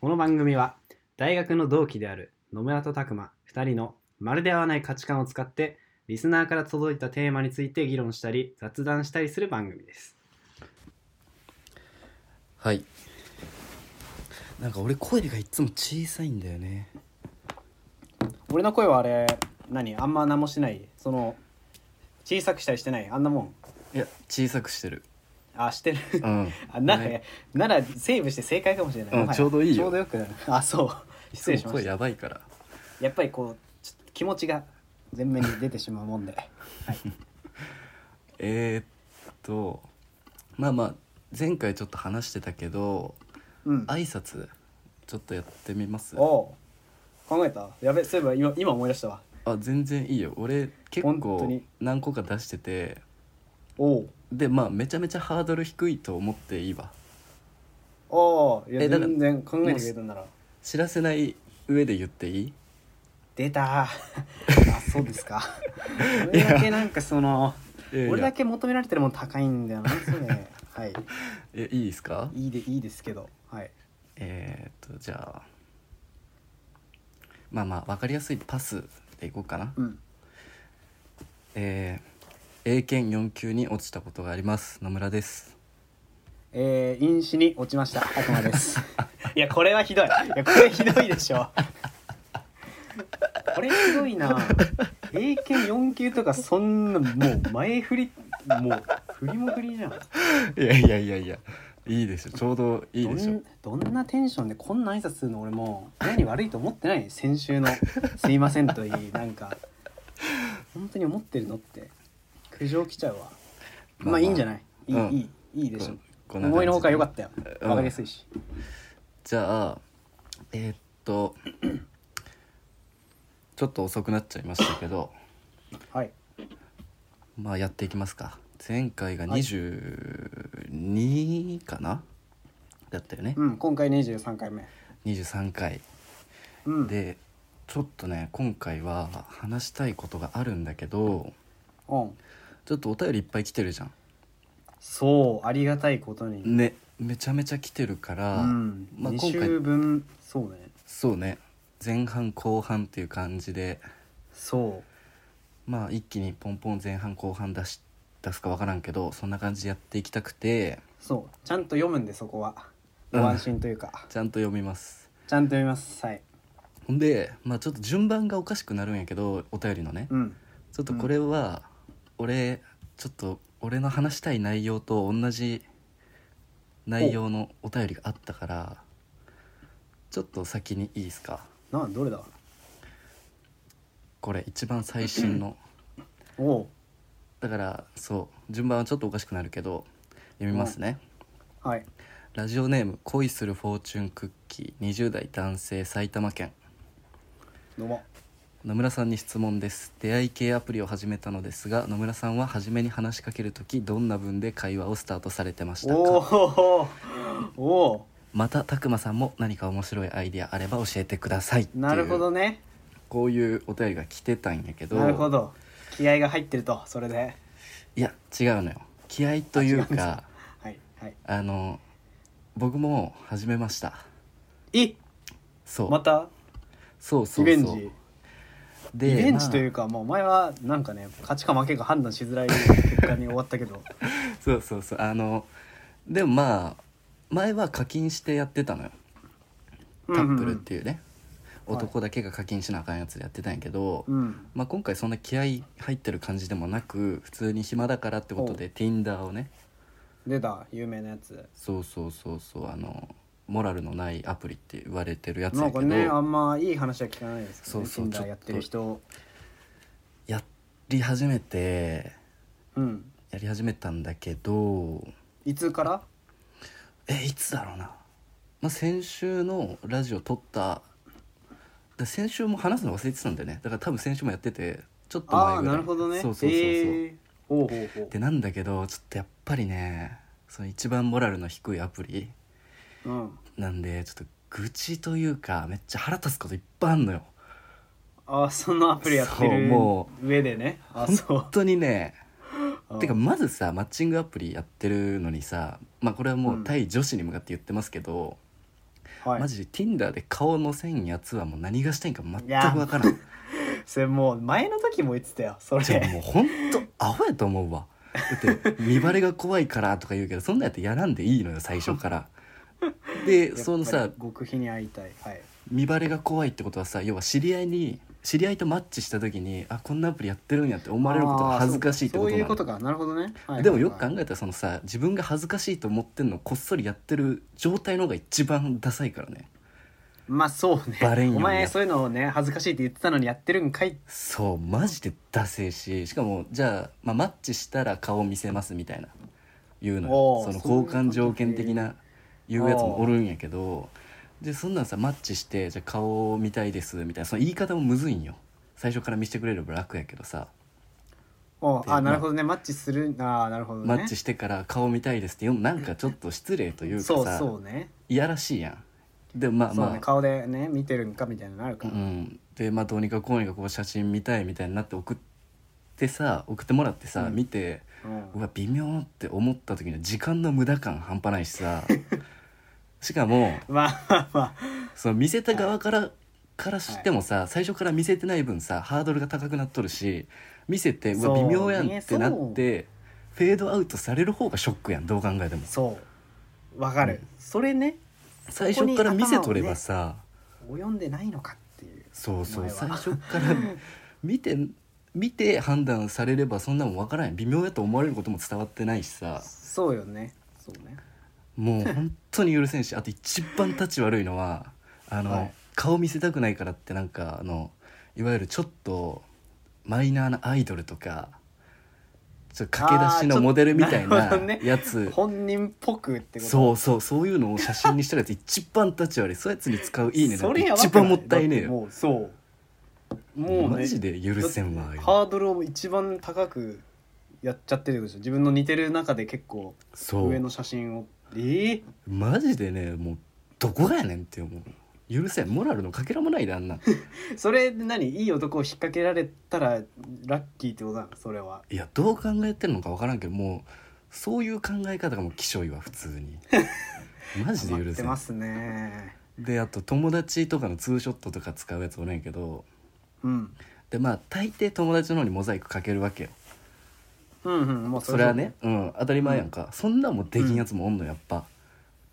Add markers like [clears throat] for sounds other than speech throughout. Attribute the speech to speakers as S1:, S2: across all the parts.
S1: この番組は大学の同期である野村と拓磨2人のまるで合わない価値観を使ってリスナーから届いたテーマについて議論したり雑談したりする番組です
S2: はいなんか俺声がいつも小さいんだよね
S1: 俺の声はあれ何あんま何もしないその小さくしたりしてないあんなもん
S2: いや小さくしてる
S1: あして [laughs] る
S2: [laughs] うん
S1: あな,、
S2: ね
S1: ならセーブして正解かもしれない、
S2: うん
S1: もはや
S2: ちょうどいい
S1: ち
S2: よ
S1: ょうどよくなるあそう
S2: い
S1: 失
S2: つ
S1: 礼
S2: も
S1: しまし
S2: 声
S1: たや
S2: やばいから
S1: っぱりこうちょっと気持ちが前面に出てしまうもんで
S2: えー、っとまあまあ前回ちょっと話してたけど
S1: うん
S2: 挨拶ちょっとやってみます
S1: おう考えたやべそういえば今今思い出したわ
S2: あ全然いいよ俺結
S1: 本当
S2: 構
S1: に
S2: 何個か出してて
S1: おう
S2: でまあめちゃめちゃハードル低いと思っていいわ
S1: おういや
S2: えだから
S1: 全然考えてくれたんなら
S2: 知らせない上で言っていい
S1: 出た [laughs] あそうですか
S2: [laughs] い
S1: 俺
S2: や
S1: だけなんかその
S2: いやいや
S1: 俺だけ求められてるもん高いんだよなそれはい
S2: えいいですか
S1: いいでいいですけどはい
S2: えー、っとじゃあまあまあ分かりやすいパスでいこうかな、
S1: うん
S2: えー、英検4級に落ちたことがあります野村です
S1: えー、飲酒に落ちました悪魔です
S2: [laughs]
S1: いやこれはひどいいやこれひどいでしょこれひどいな英検4級とかそんなもう前振りもう振りも振りじゃん
S2: いやいやいやいやいいでしょちょうどいいでしょ
S1: どんどんなテンションでこんな挨拶するの俺もう何悪いと思ってない先週の「すいません」といいなんか本当に思ってるのって苦情来ちゃうわまあ、いいんじゃないいい,、
S2: うん
S1: いいいいでしょ
S2: こんな感じで
S1: 思いのほか良かったよ
S2: うん
S1: わかりやすいし、
S2: じゃあえー、っとちょっと遅くなっちゃいましたけど
S1: はい
S2: まあやっていきますか前回が
S1: はい
S2: 22かな、だったよね、
S1: うん今回23回目
S2: 23回
S1: うん
S2: でちょっとね今回は話したいことがあるんだけど
S1: うん
S2: ちょっとお便りいっぱい来てるじゃん
S1: そうありがたいことに、
S2: ねめちゃめちゃ来てるから、
S1: うん、
S2: まあ、
S1: 2
S2: 今
S1: 週
S2: 回
S1: 分そうね
S2: そうね前半後半っていう感じで
S1: そ
S2: まあ一気にポンポン前半後半出し出すか分からんけどそんな感じでやっていきたくて
S1: うそうちゃんと読むんでそこは
S2: う
S1: ご
S2: ん
S1: 安心というか、
S2: ちゃんと読みます
S1: ちゃんと読みますはい
S2: ほんでまあちょっと順番がおかしくなるんやけどお便りのね
S1: うん
S2: ちょっとこれは俺ちょっと俺の話したい内容と同じ内容のお便りがあったからちょっと先にいいですか
S1: などれだ
S2: これ一番最新の
S1: おお
S2: だからそう順番はちょっとおかしくなるけど読みますね、
S1: うはい
S2: ラジオネーム「恋するフォーチュンクッキー」20代男性埼玉県
S1: どうも
S2: 野村さんに質問です出会い系アプリを始めたのですが野村さんは初めに話しかける時どんな文で会話をスタートされてましたか
S1: おーおお
S2: またたくまさんも何か面白いアイディアあれば教えてくださいっていう
S1: なるほどね
S2: こういうお便りが来てたんやけど
S1: なるほど気合が入ってるとそれで
S2: いや違うのよ気合というか
S1: はいはい
S2: あの僕も始めました
S1: え
S2: そう、
S1: また
S2: そうそ
S1: リ
S2: うそう
S1: ベンジ
S2: で
S1: リベンジという
S2: か、
S1: かもうお前はなんかね勝ちか負けか判断しづらい結果に終わったけど
S2: まあそうそうそうあのでもまあ前は課金してやってたのよ [laughs] タップルっていうね、
S1: はい
S2: 男だけが課金しなあかんやつでやってたんやけど、
S1: うんうんうん
S2: まあ、今回そんな気合入ってる感じでもなく普通に暇だからってことで Tinder をね
S1: 出た有名なやつ
S2: そうそうそうそうあのモラルのないアプリって言われてるやつ
S1: な
S2: や
S1: ん
S2: け
S1: か
S2: ど、
S1: ねあんまいい話は聞かないですけど、ね、
S2: そうそう
S1: Tinder やってる人
S2: やり始めて
S1: うん
S2: やり始めたんだけど
S1: いつから
S2: えいつだろうな、まあ、先週のラジオ撮っただ先週も話すの忘れてたんだよねだから多分先週もやっててちょっと前
S1: ああ
S2: ぐらい
S1: なるほどね
S2: そうそうそ
S1: え
S2: うそう、
S1: ーほうほうほう
S2: でなんだけどちょっとやっぱりねその一番モラルの低いアプリ
S1: うん
S2: なんでちょっと愚痴というかめっちゃ腹立つこといっぱいあんのよ
S1: あそのアプリやって
S2: そう
S1: る
S2: も
S1: 上でねあそう
S2: 本当にね
S1: うん
S2: てかまずさマッチングアプリやってるのにさまあこれはもう対女子に向かって言ってますけど、
S1: はい
S2: マジで Tinder で顔のせんやつはもう何がしたいんか全く
S1: いや
S2: 分からん
S1: それもう前の時も言ってたよそ
S2: じゃあ
S1: れ
S2: もうほんとアホやと思うわだって見バレが怖いからとか言うけどそんなんやってやらんでいいのよ最初からでその
S1: [laughs] や
S2: さ
S1: っぱり極秘に会いたいはい
S2: 見バレが怖いってことはさ要は知り合いに知り合いとマッチした時にあこんなアプリやってるんやって思われることが恥ずかしいってこと
S1: あーそうそうい
S2: なの
S1: うことかなるほどね、はい
S2: でもよく
S1: はい
S2: 考えたらそのさ自分が恥ずかしいと思ってんのをこっそりやってる状態の方が一番ダサいからね
S1: まあそうね
S2: バレんように
S1: お前そういうのをね恥ずかしいって言ってたのにやってるんかい
S2: そうマジでダセえししかもじゃあ,、まあマッチしたら顔見せますみたいな言うのよ
S1: おー
S2: その
S1: そういう
S2: 交
S1: ことね
S2: 換条件的な言うやつもおるんやけどでそんなんさマッチしてじゃあ顔見たいですみたいなその言い方もむずいんよ最初から見せてくれれば楽やけどさ、
S1: おう
S2: で
S1: あなるほどねマッチするあーなるほどね
S2: マッチしてから顔見たいですって言うのなんかちょっと失礼というかさ
S1: そうそうね
S2: いやらしいやんでもま
S1: そ
S2: あ
S1: う
S2: まあ
S1: ね顔でね見てるんかみたいなのあるか
S2: う
S1: ら、
S2: ん、でまあどうにかこうにかこう写真見たいみたいになって送ってさ送ってもらってさ、
S1: うん
S2: 見て
S1: うん
S2: うわ微妙って思った時の時間の無駄感半端ないし
S1: [laughs]
S2: さしかも
S1: まあまあま
S2: その見せた側から、からしてもさ、最初から見せてない分さハードルが高くなっとるし見せてうわ
S1: そう
S2: 微妙やん
S1: ね
S2: ってなって、フェードアウトされる方がショックやんどう考えても
S1: あそうわかる、それね
S2: 最初から見せとればさ
S1: 及んでないのかっていう
S2: そうそう
S1: 前は
S2: 最初から見て見て判断されればそんなもん分からん微妙やと思われることも伝わってないしさ
S1: そうよねそうね
S2: もう本当に許せん
S1: [laughs]
S2: しあと一番立ち悪いのはあの、
S1: はい
S2: 顔見せたくないからってなんかあのいわゆるちょっとマイナーなアイドルとかちょっと駆け出し
S1: あーちょっ
S2: の
S1: と
S2: モデルみたい
S1: なる
S2: な
S1: ほどね
S2: やつ
S1: 本人っぽくってこと
S2: そうそうそういうのを写真にしたやつ一番立ち悪いそういうやつに使ういいねな
S1: そ
S2: ん
S1: れ
S2: て
S1: やばくな
S2: 一番もったいねえ
S1: だて
S2: よ
S1: もうそうもうね
S2: マジで許せんわああいうの
S1: ハードルを一番高くやっちゃってるでしょ自分の似てる中で結構
S2: そう
S1: 上の写真をええ
S2: マジでねもうどこがやねんって思う許せんモラルのかけらもないであ
S1: [laughs]
S2: んなん
S1: それで何いい男を引っ掛けられたらラッキーってことなのそれはい
S2: やどう考えてるのか分からんけどもうそういう考え方がもう希少いわ普通
S1: [laughs]
S2: にマジで
S1: 待
S2: 許
S1: って
S2: せ
S1: ま
S2: ん
S1: すね
S2: であと友達とかのツーショットとか使うやつおるんやけど
S1: うん
S2: でまあ大抵友達の方にモザイクかけるわけよ
S1: うんうんもう
S2: それはねうん当たり前やんか、そんなんもできんやつもおんのやっぱ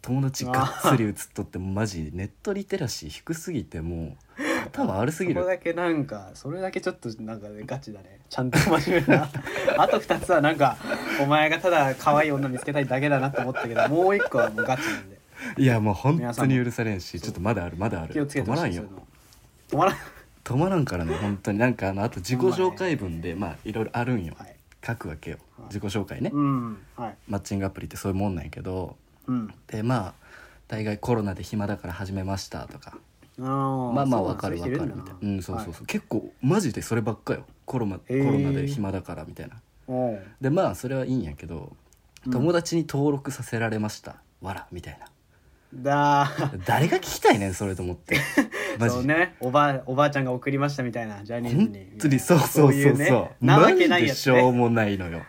S2: 友達がっつり写っとってマジネットリテラシー低すぎてもう頭悪す
S1: そ
S2: ぎる
S1: れだけなんかそれだけちょっとなんかねガチだねちゃんと真面目
S2: [laughs]
S1: なあと2つはなんかお前がただ可愛い女見つけたいだけだなと思ったけどもう1個はもうガチなんで
S2: いやもう本当に許されんしちょっとまだあるまだある
S1: 気をつけ
S2: 止
S1: て
S2: ま
S1: ほ
S2: ら
S1: し
S2: ん
S1: い
S2: よ
S1: そういうの止まらん
S2: 止まらんからね本当になんかあのあと自己紹介文でまあいろいろあるんよ
S1: はい
S2: 書くわけよ
S1: はい
S2: 自己紹介ね
S1: うんはい
S2: マッチングアプリってそういうもんなんやけど
S1: うん
S2: でまあ大概コロナで暇だから始めましたとか
S1: あー
S2: まあまあ
S1: そう
S2: わ
S1: なん
S2: かるわ
S1: そう
S2: か
S1: いう人
S2: る
S1: い
S2: み
S1: んだな
S2: たいなうんそうそう
S1: は
S2: そう結構マジでそればっかよコロナコ
S1: へー
S2: ロナで暇だからみたいない
S1: おう
S2: でまあそれはいいんやけど
S1: うん
S2: 友達に登録させられましたわらみたいな
S1: だー
S2: 誰が聞きたいねんそれと思って [laughs]
S1: [laughs]
S2: マジ
S1: そう
S2: で
S1: ねおばあおばあちゃんが送りましたみたいなジャニーズに
S2: 本当にそうそうそう
S1: い
S2: そう
S1: ねな
S2: マ
S1: わけ
S2: ジ
S1: ない
S2: で
S1: やつ
S2: しょ
S1: ね
S2: うもないのよ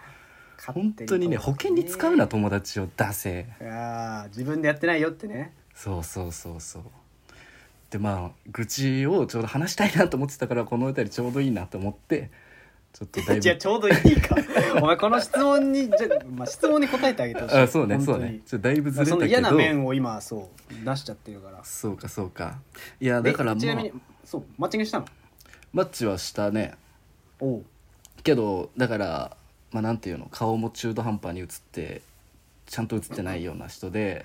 S1: 勝手
S2: 本当にね保険に使うな友達を出せ
S1: いやー自分でやってないよってね
S2: そうそうそうそうでまあ愚痴をちょうど話したいなと思ってたからこの歌りちょうどいいなと思ってちょっとだい [laughs]
S1: じゃあ
S2: ぶ
S1: ちょうどいいかお前この質問にじゃ、まあ、質問に答えてあげてほしい
S2: あそうね
S1: 本当
S2: そ
S1: に
S2: うねちょっとだいぶずれ
S1: そ
S2: た
S1: の
S2: け
S1: 嫌な
S2: ど
S1: 面を今そう出しちゃってるから
S2: そうかそうかいやだか
S1: で
S2: らま
S1: ちなみ
S2: あ
S1: にそうマッチングしたの
S2: マッチはしたね
S1: おう
S2: けどだからまあなんていうの顔も中途半端に写ってちゃんと写ってないような人で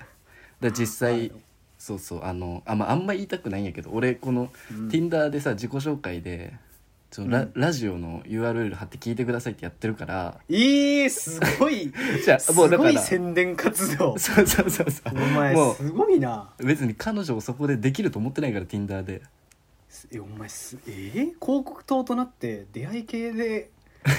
S2: で実
S1: は
S2: 際
S1: い
S2: そうそうあのあ,、まああんま言いたくないんやけど俺この
S1: うん
S2: Tinder でさ自己紹介でちょラ,、
S1: うん
S2: ラジオの URL 貼って聞いてくださいってやって
S1: [laughs]
S2: るから
S1: えー、すごい
S2: じゃあ
S1: す
S2: [laughs] もうだか
S1: ごい
S2: らそう
S1: 宣伝活動
S2: そうそうそう
S1: お前
S2: も
S1: すごいな
S2: う別に彼女をそこでできると思ってないから Tinder です
S1: えお前すえー、広告塔となって出会い系で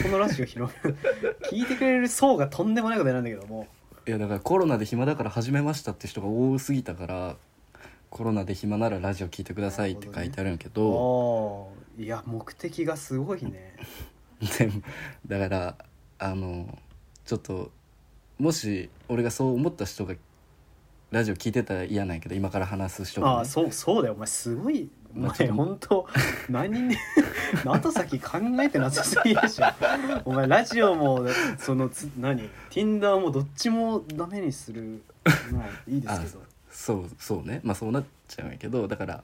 S1: このラジオ広める [laughs] 聞いてくれる層がとんでもないことになるんだけども
S2: いやだからコロナで暇だから始めましたって人が多すぎたからコロナで暇ならラジオ聞いてくださいって書いてあるんやけど
S1: おいや目的がすごいね
S2: でもだからあのちょっともし俺がそう思った人がラジオ聞いてたら嫌なんやけど今から話す人
S1: あ
S2: が
S1: あ
S2: ね、
S1: そうそうだよお前すごいお
S2: まあちょ
S1: 前
S2: っと
S1: 本当何に [laughs] 後先考えてなさすぎで
S2: [laughs]
S1: しょお前ラジオもそのつ何 Tinder もどっちもダメにするまあいいですけど
S2: そうそうねまあそうなっちゃうんやけどだから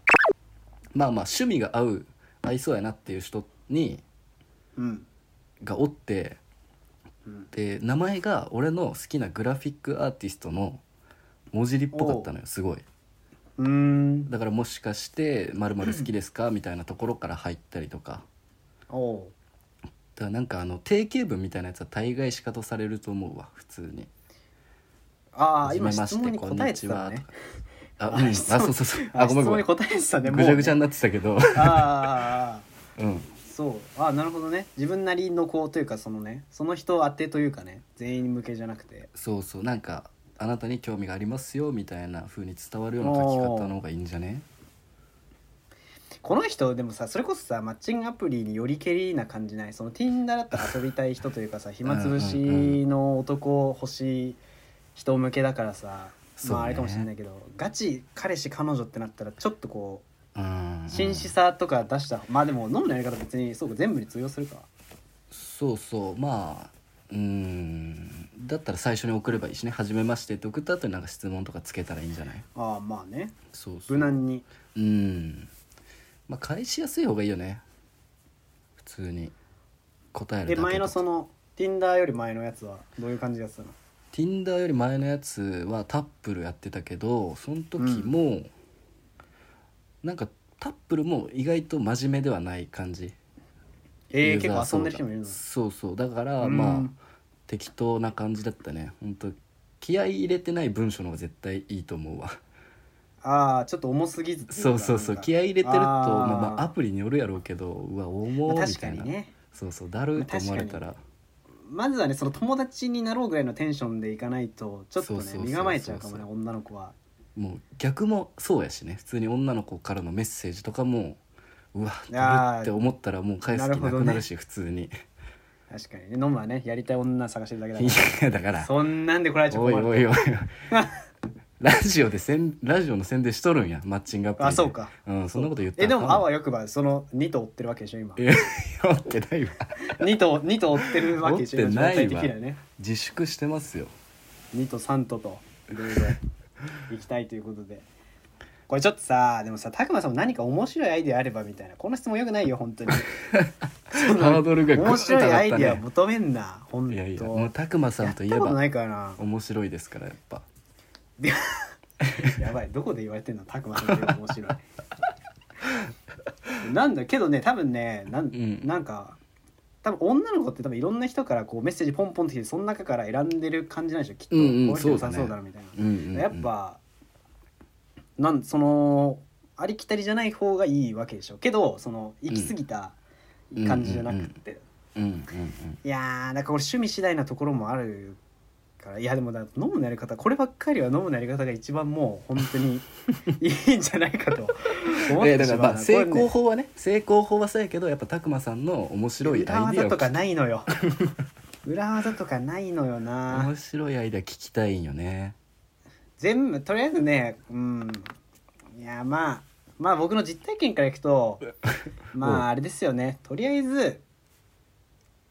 S2: まあまあ趣味が合う合いそうやなっていう人に
S1: うん
S2: がおって
S1: うん
S2: で名前が俺の好きなグラフィックアーティストの文字りっぽかったのよすごいう
S1: ーん
S2: だからもしかして「まる好きですか?」みたいなところから入ったりとか
S1: おう
S2: だからなんかあの定型文みたいなやつは大概仕方されると思うわ普通に
S1: あ
S2: は
S1: あ
S2: じ
S1: 今
S2: めま
S1: 質
S2: して
S1: 問に答えてたのね
S2: あ、うん、あ
S1: 質問
S2: そうそうそう
S1: あ
S2: あ
S1: 質
S2: ごめんご
S1: 問に
S2: めん
S1: 答えてたねもう
S2: ぐちゃぐちゃになってたけ
S1: あ
S2: ど
S1: あああ
S2: うん
S1: そうあなるほどね自分なりのこうというかそのねその人当てというかね全員向けじゃなくて
S2: そうそうなんかあなたに興味がありますよみたいな風に伝わるような書き方の方がいいんじゃね
S1: この人でもさそれこそさマッチングアプリによりけりな感じないその Tinder だったら遊びたい人というかさ暇つぶしの男欲しい人向けだからさ、
S2: そう
S1: ま
S2: ね
S1: ああれかもしれないけど、ガチ彼氏彼女ってなったらちょっとこ
S2: うんうん
S1: う紳士さとか出した、まあでも飲むのやり方別にそうか全部に通用するか
S2: そうそうまあうんだったら最初に送ればいいしね「はじめまして」って送った後になんか質問とかつけたらいいんじゃない
S1: ああまあね
S2: そうそ
S1: 無
S2: う
S1: 難に
S2: うんまあ返しやすい方がいいよね普通に答えるだ
S1: で
S2: け
S1: 前の
S2: とか
S1: その Tinder より前のやつはどういう感じだったの
S2: Tinder より前のやつはタップルやってたけどその時も、なんかタップルも意外と真面目ではない感じ
S1: え
S2: ユ
S1: ー、
S2: ーザ
S1: 結
S2: ー
S1: 構
S2: 層
S1: 遊ん
S2: が
S1: でる人もいるの
S2: そうそうだから、
S1: うん
S2: まあ適当な感じだったね本当気合い入れてない文章の方が絶対いいと思うわ
S1: ああちょっと重すぎずっていか
S2: そうそうそ
S1: な
S2: う
S1: んか
S2: 気合い入れてる
S1: あ
S2: と
S1: ー
S2: まあ、まあアプリによるやろうけどうわ重
S1: まあ
S2: い
S1: 確
S2: みた
S1: か
S2: いな、
S1: にね
S2: そうそうだるいと思われたら、
S1: まずはねその友達になろうぐらいのテンションでいかないとちょっとね
S2: そうそうそうそう
S1: 身構えちゃうかもね女の子は
S2: もう逆もそうやしね普通に女の子からのメッセージとかもうわ
S1: ー
S2: だるって思ったらもう返す気なくなるし普通に
S1: 確かにね飲むはねやりたい女探してるだけだ
S2: い
S1: か
S2: やだからら
S1: そんなんでこられちゃ
S2: おい
S1: 困
S2: おい
S1: る
S2: おいラジオでせんラジオの宣伝しとるんやマッチングアプリで
S1: あそうか
S2: うんそんなこと言った
S1: えでもあわ
S2: い
S1: よくばその2頭追ってるわけでしょ今
S2: や酔ってないわ
S1: 2頭二頭追ってるわけでしょ
S2: 追ってないわ
S1: 今状態的にはね
S2: 自粛してますよ
S1: 2と3とといろいろ行きたいということでこれちょっとさでもさたくまさんも何か面白いアイデアあればみたいなこの質問よくないよ本
S2: [laughs]
S1: 当に
S2: ハードルがぐっ
S1: 面
S2: と上
S1: 白い
S2: が
S1: ア
S2: っ
S1: イ
S2: た
S1: デア
S2: ね
S1: 求めんな本当
S2: いやいやもう拓磨さんといえ
S1: やったこと
S2: ば
S1: ないからな
S2: 面白いですからやっぱ
S1: やばいどこで言われてんのたくまさんって面白い [laughs] なんだけどね多分ねなん,、
S2: ん
S1: なんか多分女の子って多分いろんな人からこうメッセージポンポンってきてその中から選んでる感じなんでしょきっと、
S2: うんうん
S1: この人良さ
S2: そ
S1: そうう
S2: だ
S1: だ
S2: ね
S1: なみたいな、
S2: うんうんうん
S1: やっぱなんそのありきたりじゃない方がいいわけでしょけどその行き過ぎた感じじゃなくて、
S2: うんうんうん
S1: いやーなんかこれ趣味次第なところもあるからいやでもだ飲むのやり方こればっかりは飲むのやり方が一番もう本当に [laughs] いいんじゃないかと思っ
S2: え
S1: て
S2: だ
S1: し
S2: から
S1: まう
S2: まあ
S1: な
S2: 成
S1: これ
S2: 功
S1: ね
S2: 法はね成功法はそうやけどやっぱ拓磨さんの面白い
S1: 裏
S2: アイデ
S1: 技
S2: アを
S1: とかないのよ裏技とかないのよな
S2: 面白いアイデア聞きたいんよね
S1: 全部とりあえずねうんいやまあまあ僕の実体験からいく
S2: [laughs]
S1: とまああれですよねとりあえず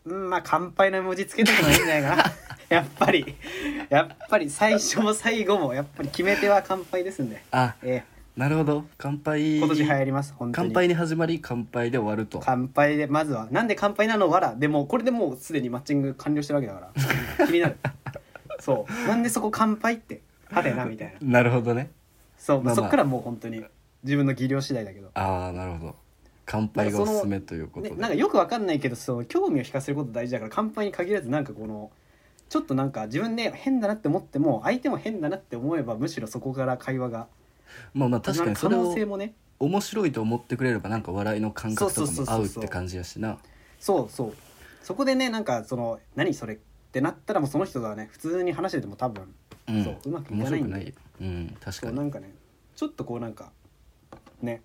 S1: うんまあ乾杯の文字つけとくのがいいんじゃない
S2: [laughs]
S1: かなやっぱりやっぱり最初も最後もやっぱり決め手は乾杯ですんで、
S2: あ
S1: え
S2: なるほど乾
S1: え
S2: 杯
S1: 今年流行ります本当に
S2: 乾杯に始まり乾杯で終わると
S1: 乾杯でまずはなんで乾杯なのわらでもこれでもうすでにマッチング完了してるわけだから気になるそうなんでそこ乾杯ってはてなみたいな
S2: なるほどね
S1: そう、
S2: まあまあ
S1: そっからもう本当に自分の技量次第だけど、
S2: ああなるほど乾杯がおすすめということ
S1: ね、
S2: で、
S1: なんかよくわかんないけどその興味を引かせること大事だから乾杯に限らずなんかこのちょっとなんか自分で変だなって思っても相手も変だなって思えばむしろそこから会話が
S2: まあまあ確かにそれ
S1: 可能
S2: を
S1: 性もね
S2: 面白いと思ってくれればなんか笑いの感覚とか
S1: そうそう
S2: も
S1: そうそう
S2: 合
S1: う
S2: っ
S1: そう
S2: て感じやしな
S1: そうそうそこでねなんかその「何それ?」ってなったらもうその人がね普通に話してても多分
S2: うん
S1: そううまくい
S2: 面
S1: かな
S2: 白
S1: い
S2: く
S1: ん
S2: な
S1: だ
S2: いようん確
S1: そ
S2: か
S1: うな
S2: に
S1: んかねちょっとこうなんかね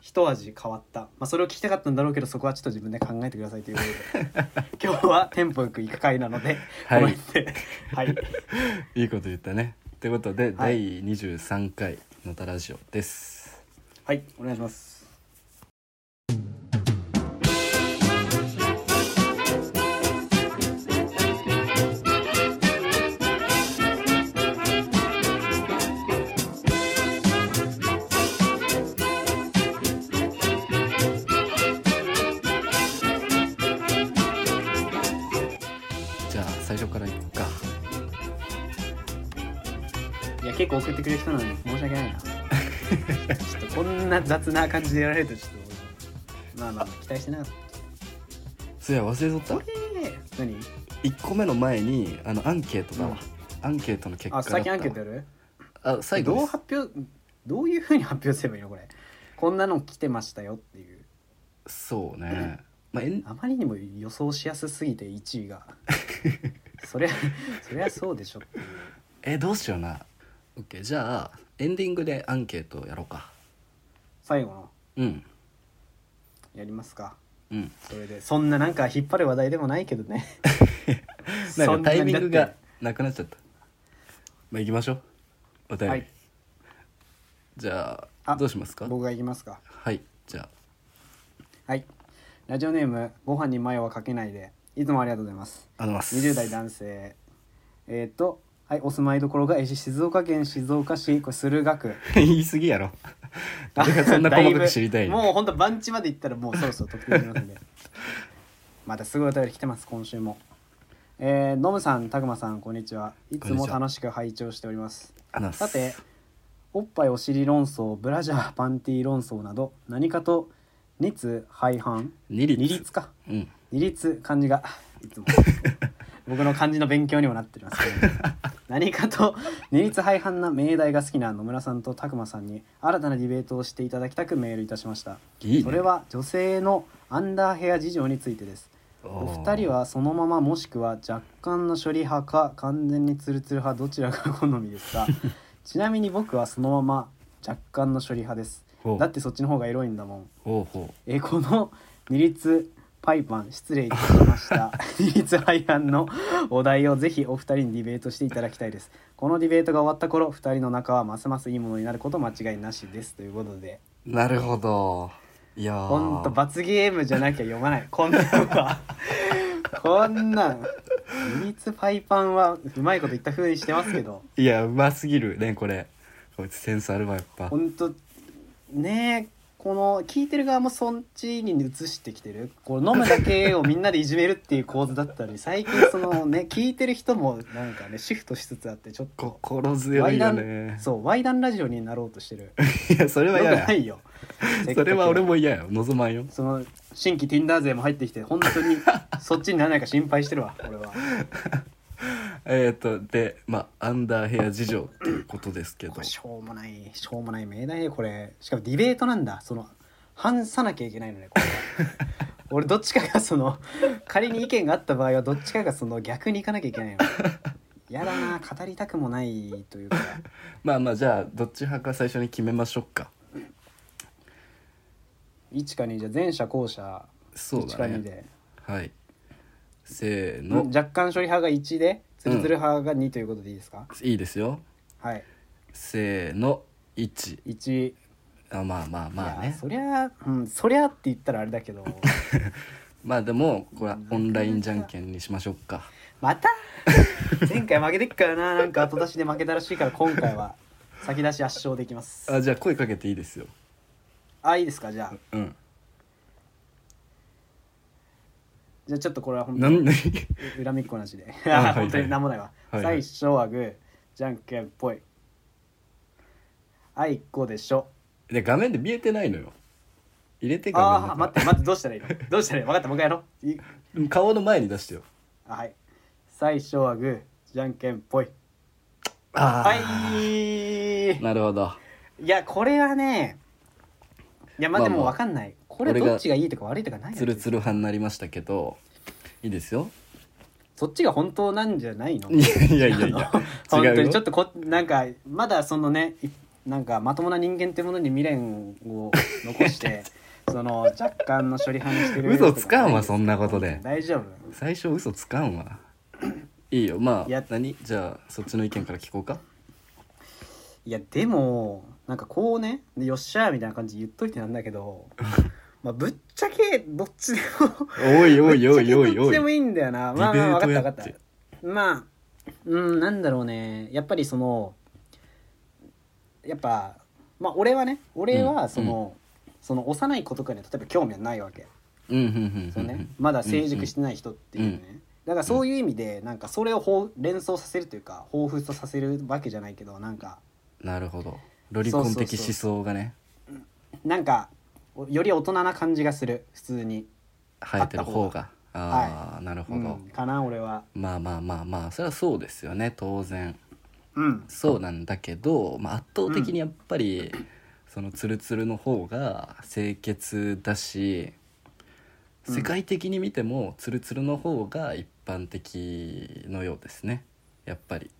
S1: 一味変わった、まあ、それを聞きたかったんだろうけどそこはちょっと自分で考えてくださいということで今日はテンポよく行く回なので、
S2: はい
S1: この辺ではい
S2: いいこと言ったねということで、
S1: はい
S2: 第23回「のたラジオ」です
S1: はいお願いします
S2: じゃあ最初からいこうか
S1: いや結構送ってくれる人なのに申し訳ないなちょっとこんな雑な感じでやられるとちょっとまあまあ期待してなかっ
S2: そや忘れ
S1: た
S2: とっ
S1: こ
S2: た
S1: れ何
S2: 1個目の前にあのアンケートだわ、アンケートの結果だ
S1: あ
S2: ったわ
S1: 先アンケートやる
S2: あ最後
S1: どう
S2: です
S1: 発表どういうふうに発表すればいいのこれこんなの来てましたよっていう
S2: そうね、まあ、えん
S1: あまりにも予想しやすすぎて1位が
S2: [laughs]
S1: そりゃそりゃそうでしょっていう
S2: えどうしような OK じゃあエンディングでアンケートやろうか
S1: 最後の
S2: うん
S1: やりますか
S2: うん
S1: それでそんななんか引っ張る話題でもないけどね
S2: [laughs] な
S1: そ
S2: ん
S1: ん
S2: か
S1: な
S2: タイ
S1: に
S2: ミ
S1: だ
S2: ン
S1: って
S2: グがなくなっちゃったまあ行きましょうお便り、
S1: はい
S2: じゃあ
S1: あ
S2: どうしますか
S1: 僕がいきますか
S2: はいじゃ
S1: はいラジオネームご飯にマヨはかけないでいつもありがとうございます
S2: あありがとうございます
S1: 20代男性えっ、とはいお住まいどころがえし静岡県静岡市これ駿河区
S2: [laughs] 言い過ぎ
S1: [laughs]
S2: やろ誰がそんな細かく知りたい
S1: だ
S2: の
S1: ぶもうほんと番地まで行ったらもうそろそろ特定します
S2: [laughs]
S1: んでまたすごいお便り来てます今週もえー、ノムさんたくまさんこんにちはいつ
S2: こんに
S1: も
S2: ちは
S1: 楽しく拝聴しております
S2: あの
S1: さておっぱいお尻論争ブラジャーパンティ論争など何かと熱廃反
S2: 二律
S1: 二律か
S2: うん
S1: 二律漢字がい
S2: [laughs]
S1: つも僕の漢字の勉強にもなってますけど何かと二律廃反な命題が好きな野村さんと拓磨さんに新たなディベートをしていただきたくメールいたしました
S2: いいね
S1: それは女性のアンダーヘア事情についてですお二人はそのままもしくは若干の処理派か完全にツルツル派どちらが好みです
S2: [laughs]
S1: かちなみに僕はそのまま若干の処理派です
S2: ほう
S1: だってそっちの方がエロいんだもん
S2: ほうほ
S1: えこの二律パイパン失礼いたしました二律廃案のお題をぜひお二人にディベートしていただきたいですこのディベートが終わった頃二人の仲はますますいいものになること間違いなしですということで
S2: うなるほどいやー
S1: ほんと罰ゲームじゃなきゃ読まないこんなんはこんなんミニツパイパンはうまいこと言った風にしてますけど
S2: いやうますぎるねこれこいつセンスあるわやっぱ
S1: ほんとねえこの聞いてる側もそっちに移してきてるこの飲むだけをみんなでいじめるっていう構図だったり最近そのね聞いてる人もなんかねシフトしつつあってちょっと
S2: 心強いよね
S1: そうワイダンラジオになろうとしてる
S2: [laughs] いやそれは嫌
S1: よくな
S2: や
S1: いよせっか
S2: [laughs] そ
S1: く
S2: れは俺も嫌や望まんよ
S1: その新規 Tinder 勢も入ってきて本当にそっちにならないか心配してるわ俺は
S2: えっ、とでまあアンダーヘア事情っていうことですけど
S1: これしょうもないしょうもない命題でこれしかもディベートなんだその反さなきゃいけないのねこ
S2: [laughs]
S1: れは俺どっちかがその仮に意見があった場合はどっちかがその逆に行かなきゃいけないのやだな語りたくもないというか
S2: まあまあじゃあどっち派か最初に決めましょうか
S1: 一か二じゃ前者後者
S2: そう
S1: 一
S2: だ
S1: か二
S2: ね
S1: で、
S2: はいせー
S1: うん
S2: の
S1: 若干処理派が1でツルツル派が2ということでいいですか、
S2: いいですよ
S1: はい
S2: せーの1
S1: 1
S2: あまあまあまあ
S1: い
S2: ね
S1: やそりゃうんそりゃって言ったらあれだけど
S2: まあでもこれはオンラインじゃんけんにしましょうか
S1: また [laughs] 前回負けてっからななんか後出しで負けたらしいから今回は先出し圧勝できます
S2: あじゃあ声かけていいですよ
S1: あいいですかじゃあ
S2: うん
S1: じゃあちょっとこれは本当
S2: 何
S1: に
S2: [laughs] 何
S1: 恨みっこなしで
S2: あはい
S1: 本当に何もないわ、
S2: はいはい
S1: 最初はグーじゃんけんぽいあいこでしょ
S2: で画面で見えてないのよ入れて画面
S1: あ
S2: の
S1: あ待って待ってどうしたらいいのどうしたらいいの分かったもう一回やろうい
S2: うん顔の前に出してよ
S1: あはい最初はグーじゃんけんぽいは
S2: あ
S1: い
S2: あなるほど
S1: いやこれはねいやまあ
S2: ま
S1: で
S2: あま
S1: も
S2: あ
S1: 分かんない、これ
S2: 俺が
S1: どっちがいいとか悪いとかないよね
S2: ツルツル派になりましたけどいいですよ
S1: そっちが本当なんじゃないの
S2: いやいやいやいや
S1: あの
S2: 違うよ
S1: 本当にちょっとこなんかまだそのねいなんかまともな人間ってものに未練を残して
S2: [laughs]
S1: その若干の処理派にしてる
S2: 嘘つかんわ
S1: とか
S2: そんなことで
S1: 大丈夫
S2: 最初嘘つかんわいいよま
S1: い
S2: あ
S1: や
S2: [laughs] 何じゃあそっちの意見から聞こうか
S1: いやでもなんかこうねでよっしゃーみたいな感じで言っといてなんだけ
S2: [laughs]
S1: どまあぶっちゃけどっちでも
S2: おいおいおいお
S1: ぶっちゃけどっ
S2: い
S1: ち
S2: おい
S1: でもいいんだよな
S2: ディ
S1: まあ
S2: ベ
S1: まあ
S2: ー
S1: 分か
S2: ト
S1: った分か
S2: やっ
S1: ってたまあうんなんだろうねやっぱりそのやっぱまあ俺はね俺はその、その幼い子とかには例えば興味はないわけ
S2: うんうんうんうん
S1: そのね、まだ成熟してない人っていうね、だからそういう意味でなんかそれをほう連想させるというか彷彿とさせるわけじゃないけどなんか
S2: なるほどロリコン的
S1: そうそう
S2: 思想がね
S1: なんかおより大人な感じがする普通に、
S2: 生えてる方がああ、なるほ
S1: う
S2: ど、
S1: ん、かな俺は
S2: まあまあまあまあそれはそうですよね当然
S1: うん
S2: そうなんだけど、まあ、圧倒的にやっぱり、そのツルツルの方が清潔だし
S1: うん
S2: 世界的に見てもツルツルの方が一般的のようですねやっぱり。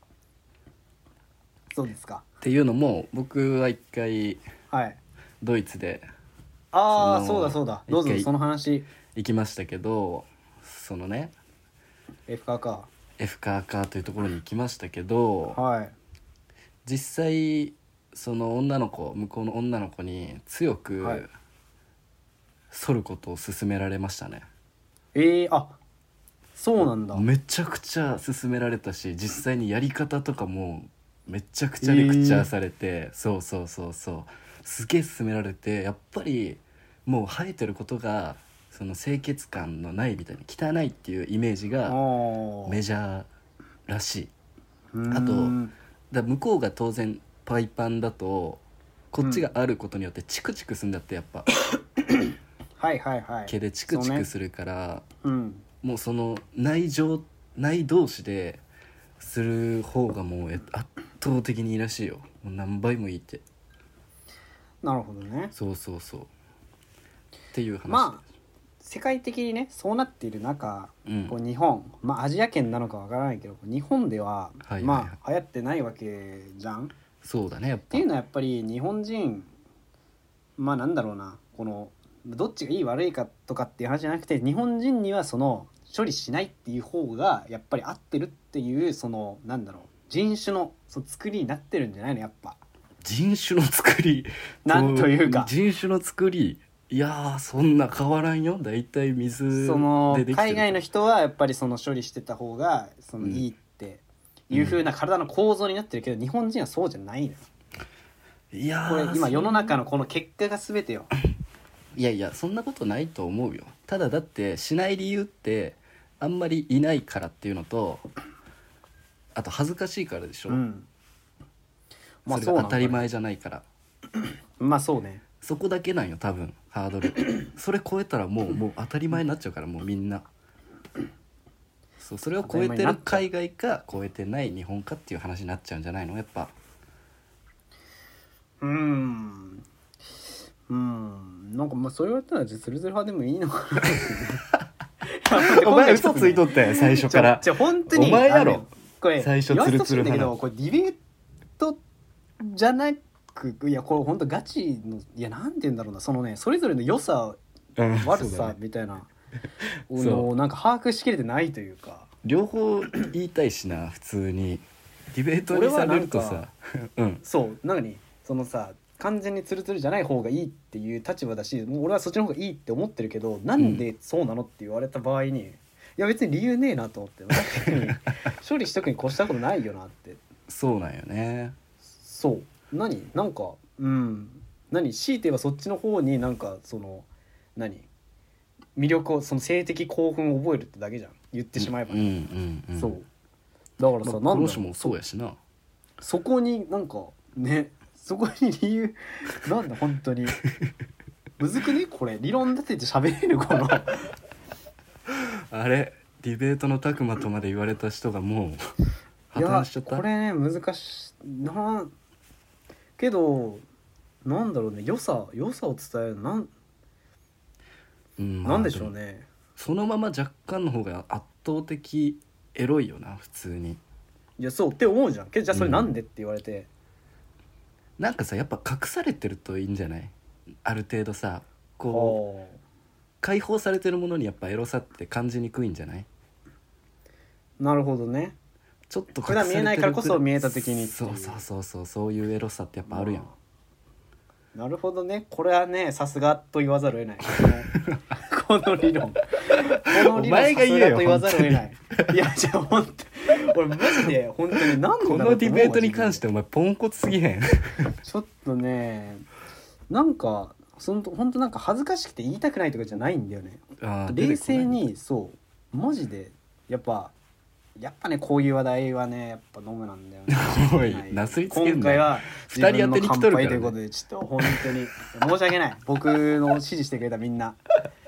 S1: そうですか
S2: っていうのも僕は一回
S1: はい
S2: ドイツで
S1: ああ
S2: そ
S1: そ
S2: の
S1: うだそうだどうぞ
S2: 一回
S1: その話
S2: 行きましたけどそのね
S1: F カーか
S2: F カーカーというところに行きましたけど
S1: はい
S2: 実際その女の子向こうの女の子に強く、
S1: はい
S2: 剃ることを勧められましたね
S1: えー、あそうなんだ
S2: めちゃくちゃ勧められたし実際にやり方とかもめちゃくちゃレクチャーされて、そうそうそうそうすげえ勧められてやっぱりもう生えてることがその清潔感のないみたいな汚いっていうイメージ
S1: あ
S2: が
S1: ー
S2: メジャーらしいう
S1: ーん
S2: あとだから向こうが当然パイパンだとこっちがあることによってチクチクするんだってやっぱ、
S1: はいはいはい
S2: 毛でチクチ
S1: そうね
S2: クするから
S1: うん
S2: もうその内情内同士でする方がもうえ圧倒的にいいらしいよもう何倍もいいって
S1: なるほどね
S2: そうそうそうっていう話で
S1: まあ世界的にねそうなっている中
S2: うん
S1: こう日本まあアジア圏なのかわからないけど日本では、
S2: はいはい
S1: まあ流行ってないわけじゃんっ
S2: そうだねやっぱ
S1: ていうのはやっぱり日本人まあなんだろうなこのどっちがいい悪いかとかっていう話じゃなくて日本人にはその処理しないっていう方がやっぱり合ってるっていうそのなんだろう人種のその作りになってるんじゃないのやっぱ。
S2: 人種の作り
S1: なんというか
S2: そ人種の作りいやーそんな変わらんよ大体水でできてる
S1: その
S2: から
S1: 海外の人はやっぱりその処理してた方がそのいいっていう風な体の構造になってるけど日本人はそうじゃないのよ
S2: いやー
S1: これ
S2: そ
S1: 今
S2: ん
S1: 世の中のこの結果が全てよ
S2: いやいやそんなことないと思うよただだってしない理由ってあんまりいないからっていうのとあと恥ずかしいからでしょ、
S1: うんまあ
S2: それ
S1: そう
S2: が
S1: な
S2: 当
S1: の
S2: たり前じゃないから
S1: まあそうね
S2: そこだけなんよ多分ハードル [clears throat] それ超えたらもうもう当たり前になっちゃうからもうみんなそうそれを超えてる海外か超えてない日本かっていう話になっちゃうんじゃないのやっぱ
S1: うーんうーんなんかまあそれ言われたらずるずる派でもいいのかな
S2: [laughs] お前嘘ついとったよ最初から
S1: じゃ本当に
S2: お前やろ
S1: あのねこれ
S2: 最初
S1: 言わせてほしいんだけ
S2: ツルツル
S1: どこれディベートじゃなくいやこれ本当ガチのいやなんて言うんだろうなそのねそれぞれの良さ
S2: うん
S1: 悪
S2: そうだ
S1: さ
S2: ね
S1: みたいな
S2: [laughs] そう
S1: のをなんか把握しきれてないというか
S2: 両方言いたいしな普通にディベートにされると
S1: 俺は
S2: さ [laughs] うん
S1: そうなのにそのさ完全にツルツルじゃない方がいいっていう立場だしもう俺はそっちの方がいいって思ってるけどなんでそうなのって言われた場合に、いや別に理由ねえなと思って別
S2: [laughs]
S1: に処理しとくに越したことないよなって
S2: そうなんよね
S1: そう何なんかうん何強いて言えばそっちの方になんかその何魅力をその性的興奮を覚えるってだけじゃん言ってしまえば、
S2: うんうんうん
S1: そうだから
S2: まあ
S1: さ、
S2: こ
S1: なんだろ
S2: の
S1: う
S2: 人もそうやしな
S1: そこになんかねそこに理
S2: [laughs]
S1: 由なんだ本当にむずくねこれ理論立てて喋れるこの
S2: あれディベートの拓磨とまで言われた人がもう [laughs] 破
S1: い
S2: 綻
S1: や
S2: しちゃった
S1: これね難しいなんけどなんだろうね良さ良さを伝えるなん、
S2: うんまあ
S1: なんでしょう
S2: も
S1: ね
S2: そのまま若干の方が圧倒的エロいよな普通に
S1: いやそうって思うじゃんけどじゃあそれ
S2: うん
S1: なんでって言われて、
S2: なんかさやっぱ隠されてるといいんじゃないある程度さこう
S1: こ
S2: 解放されてるものにやっぱエロさって感じにくいんじゃないう
S1: なるほどね
S2: ちょっと隠
S1: 普段見えないからこそ
S2: されてる
S1: 見えた時にって
S2: そ
S1: いう
S2: うそうそうそうそういうエロさってやっぱあるやん、
S1: なるほどねこれはねさすがと言わざるを
S2: [laughs]
S1: 得ないこのこの理論この理
S2: お前
S1: 論さ
S2: が言
S1: す
S2: えよ
S1: がと言わざるを得ないいやじゃあ本当俺マジで本当に何なんだろ
S2: こ
S1: う
S2: のディベートに
S1: って思うわ
S2: 関してお前ポンコツすぎ
S1: [laughs]
S2: へん
S1: ちょっとねなんかその本当なんか恥ずかしくて言いたくないとかじゃないんだよね
S2: あー
S1: 冷静
S2: 出てこない
S1: にそうマジでやっぱやっぱねこういう話題はねやっぱ飲むなんだよね
S2: [laughs] おいなすりつけんな
S1: 今回は
S2: 二人当てに来とるから
S1: 自分の乾
S2: ね
S1: 杯ということでちょっと本当に申し訳ない僕の支持してくれたみんな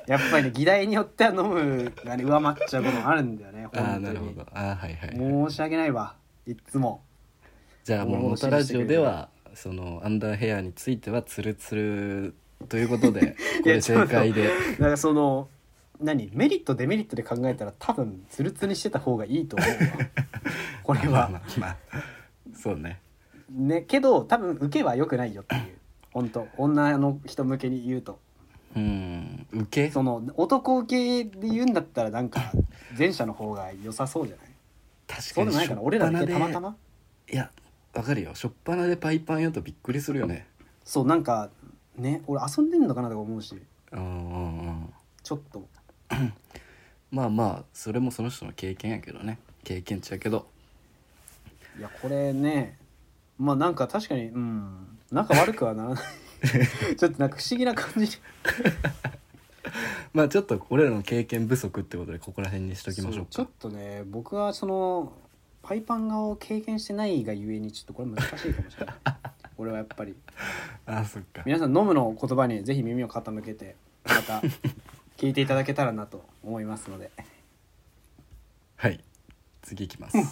S1: やっぱりね議題によっては飲むがね上回っちゃうこともあるんだよね
S2: あー
S1: 本
S2: なるほ
S1: 当
S2: どあーはいはいはい
S1: に申し訳ないわいっつも
S2: じゃあもう
S1: もう
S2: 元ラジオではそのアンダーヘアについてはツルツルと [laughs] いうことでこれ正解で
S1: だからその何メリットデメリットで考えたら多分ツルツルにしてた方がいいと思
S2: [laughs]
S1: うわこれ
S2: まあ
S1: は
S2: まあまあそうね
S1: ねけど多分受けは良くないよっていう本当女の人向けに言うと
S2: うん受け
S1: その男受けで言うんだったらなんか前者の方が良さそうじゃない
S2: 確
S1: そうでもないから俺らだけたまたま
S2: いやわかるよしょっぱなでパイパンやとびっくりするよね
S1: そうなんかね俺遊んでんのかなとか思うし
S2: うんうんうん
S1: ちょっと
S2: まあまあそれもその人の経験やけどね経験値やけど
S1: いやこれねまあなんか確かにうんなんか悪くはならない
S2: [laughs]
S1: ちょっとなんか不思議な感じ
S2: まあちょっと俺らの経験不足ってことでここら辺にしときましょう
S1: そうちょ
S2: か
S1: っとね僕はそのパイパン顔を経験してないがゆえにちょっとこれ難しいかもしれ
S2: [laughs]
S1: ない俺はやっぱり
S2: あそっか
S1: 皆さん飲むの言葉にぜひ耳を傾けてまた聞いていただけたらなと思いますので、
S2: はい次いきます
S1: はい、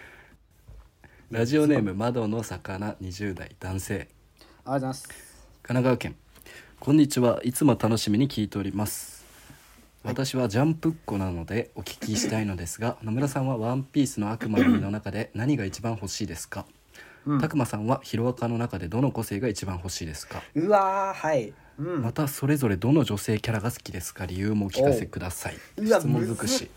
S2: [laughs] ラジオネーム窓の魚20代男
S1: ありが
S2: 性
S1: とうございます
S2: 神奈川県こんにちはいつも楽しみに聞いております私はジャンプっ子なのでお聞きしたいのですが野村さんは「ワンピースの悪魔の実の中で何が一番欲しいですか
S1: うん
S2: たくまさんは「ヒロアカ」の中でどの個性が一番欲しいですか
S1: うわーはい、うん、
S2: またそれぞれどの女性キャラが好きですか理由もお聞かせください
S1: おううわ
S2: 質問尽くし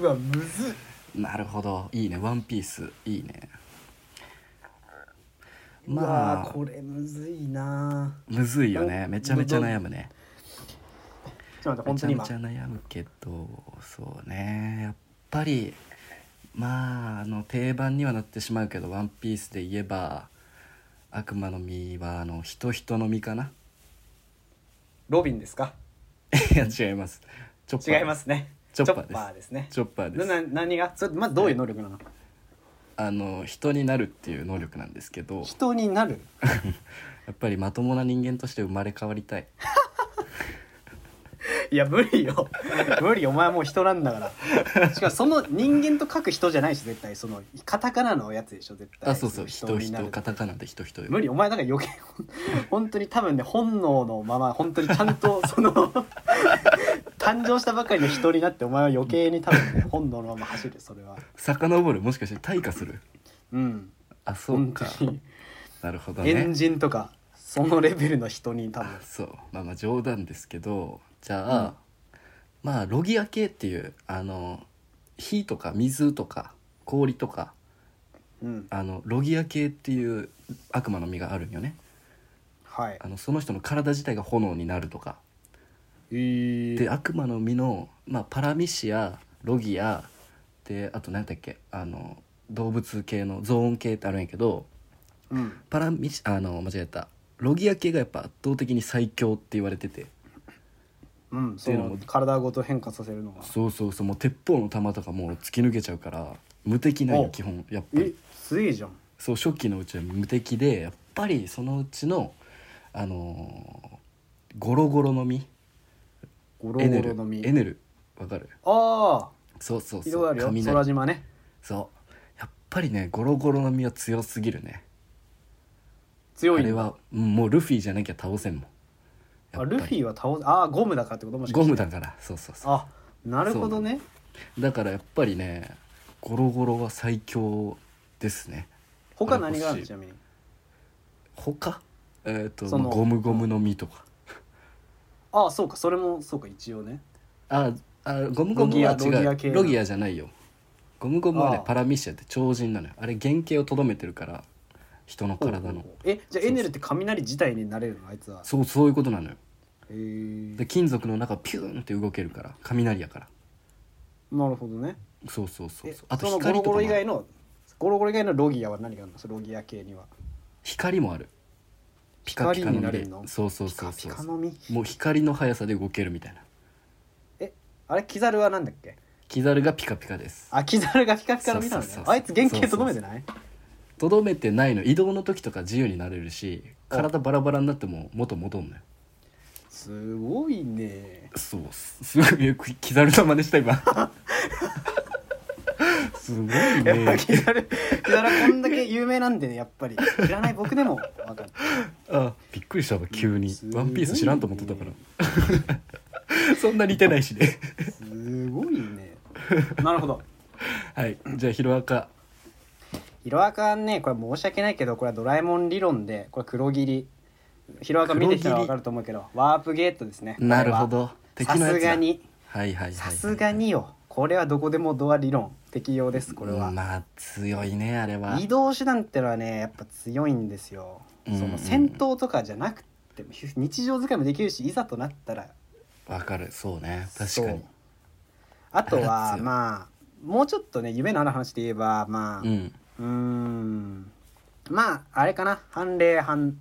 S1: うわむずっ
S2: なるほどいいね「ワンピースいいね
S1: うわ
S2: まあ
S1: これむずいな
S2: むずいよねめちゃめちゃ悩むね
S1: ちょっと
S2: め
S1: 待
S2: ち
S1: って
S2: ゃめ
S1: 本
S2: ち
S1: 当
S2: ゃ
S1: に
S2: 悩むけどそうねやっぱりまああの定番にはなってしまうけど「ワンピースで言えば「悪魔の実」はあの人人の実かな [laughs]
S1: ロビンですか
S2: いや違いますチョッパー
S1: 違いますね
S2: チョッパーです
S1: ですね
S2: チョッパーで
S1: な
S2: す
S1: な何がそれまずどういう能力なの、
S2: あの人になるっていう能力なんですけど
S1: 人になる
S2: やっぱりまともな人間として生まれ変わりたい
S1: いや無理よ [laughs] 無理よお前はもう人なんだからしかもその人間と書く人じゃないし絶対そのカタカナのやつでしょ絶対
S2: あそうそう人
S1: になる
S2: 人カタカナで人人よ
S1: 無理お前だから余計 [laughs] 本当に多分ね本能のまま本当にちゃん
S2: [laughs]
S1: とその誕生したばかりの人になってお前は余計に多分ね本能のまま走るそれは
S2: 遡るもしかして退化する
S1: うん
S2: あそう
S1: 本
S2: か
S1: 当に
S2: なるほどね
S1: 変人とかそのレベルの人に多分
S2: [laughs] あそうまあまあ冗談ですけどじゃあ、まあロギア系っていうあの火とか水とか氷とか
S1: うん
S2: あのロギア系っていう悪魔の実があるんよね
S1: はい
S2: あのその人の体自体が炎になるとか
S1: えー
S2: で悪魔の実の、まあ、パラミシアロギアであと何だっけあの動物系のゾーン系ってあるんやけど
S1: うん
S2: パラミシあの間違えたロギア系がやっぱ圧倒的に最強って言われてて
S1: うん
S2: て
S1: そ
S2: いうのも
S1: の体ごと変化させるのが
S2: そうそうそうもう鉄砲の弾とかもう突き抜けちゃうから無敵なんよ
S1: お
S2: 基本やっぱ
S1: え
S2: り
S1: 強いじゃん
S2: そう初期のうちは無敵でやっぱりそのうちのあのーゴロゴロの実
S1: ゴロ
S2: エネ
S1: ゴ
S2: ル
S1: ロの実
S2: エネルわかる
S1: ああ
S2: そうそう
S1: 色
S2: そ
S1: があ
S2: う
S1: るよ空
S2: 雷
S1: 島ね
S2: そうやっぱりねゴロゴロの実は強すぎるねあ
S1: 強い
S2: れ
S1: の
S2: はうんもうルフィじゃなきゃ倒せんもんやっ
S1: あ
S2: ぱり
S1: ルフィは倒すああゴムだからってこともしか
S2: ゴ
S1: して
S2: ムだからそうそうそう
S1: あなるほどね
S2: だからやっぱりねゴロゴロは最強ですね
S1: 他何があ
S2: あれ欲し
S1: る
S2: い
S1: ちなみに
S2: 他えっ、と
S1: その
S2: ゴムゴムの実とか
S1: ああそうかそれもそうか一応ね
S2: ああのゴムゴムは
S1: ロ
S2: 違
S1: ギアロギア系
S2: う
S1: の
S2: ロギアじゃないよゴムゴムはね
S1: ああ
S2: パラミシアって超人なのよあれ原型をとどめてるから人の体の
S1: えじゃあエネルって雷自体になれるのあいつは
S2: そうそういうことなのよ
S1: へえ
S2: で金属の中ピューンって動けるから雷やから
S1: なるほどね
S2: そうそうそう
S1: え
S2: そうあと
S1: そのゴロ
S2: 光と
S1: ゴ
S2: かも
S1: ロ
S2: あ
S1: 以外
S2: る
S1: のゴロゴロ以外のロギアは何があるのそのロギア系には
S2: 光もあるピカピカ
S1: 光
S2: の
S1: にな
S2: 実
S1: れ
S2: で
S1: るの
S2: そうそう
S1: ピ
S2: そ
S1: カ
S2: うそ
S1: ピ
S2: う
S1: カの実
S2: もう光の速さで動けるみたいな
S1: あれキザルはなんだっけ
S2: キザルがピカピカです
S1: あキザルがピカピカの実なの
S2: そうそ
S1: ね
S2: うそうそう
S1: あいつ原型とどめてない
S2: とどめてないの移動の時とか自由になれるし体バラバラになっても元戻んのよ
S1: すごいね
S2: そうすすごいよくキザルの真似した今 [laughs] すごい
S1: やっぱ
S2: ね
S1: [laughs] キザルキザルはこんだけ有名なんでねやっぱり知らない僕でも分かる
S2: あびっくりしたわ急に
S1: すごい
S2: 「
S1: ね
S2: ワンピース知らんと思ってたから [laughs] そんな似てないしね
S1: すごい
S2: [laughs]
S1: ねなるほど
S2: はいじゃあヒロアカ
S1: ヒロアカはねこれ申し訳ないけどこれはドラえもん理論でこれ黒霧ヒロアカ見てきたら分かると思うけどワープゲートですね
S2: なるほど
S1: これは
S2: 敵のやつ
S1: さ
S2: だ
S1: すがに
S2: はいはいはいはい
S1: さすがによこれはどこでもドア理論適用ですこれは、
S2: まあ強いねあれは
S1: 移動手段ってのはねやっぱ強いんですよ、
S2: うんうん
S1: その戦闘とかじゃなくても日常使いもできるしいざとなったら
S2: わかるそうね確か
S1: そう
S2: に
S1: あと
S2: あれは
S1: は
S2: 強い
S1: まあもうちょっとね夢のある話で言えばまあう
S2: うん
S1: ーんまああれかな判例判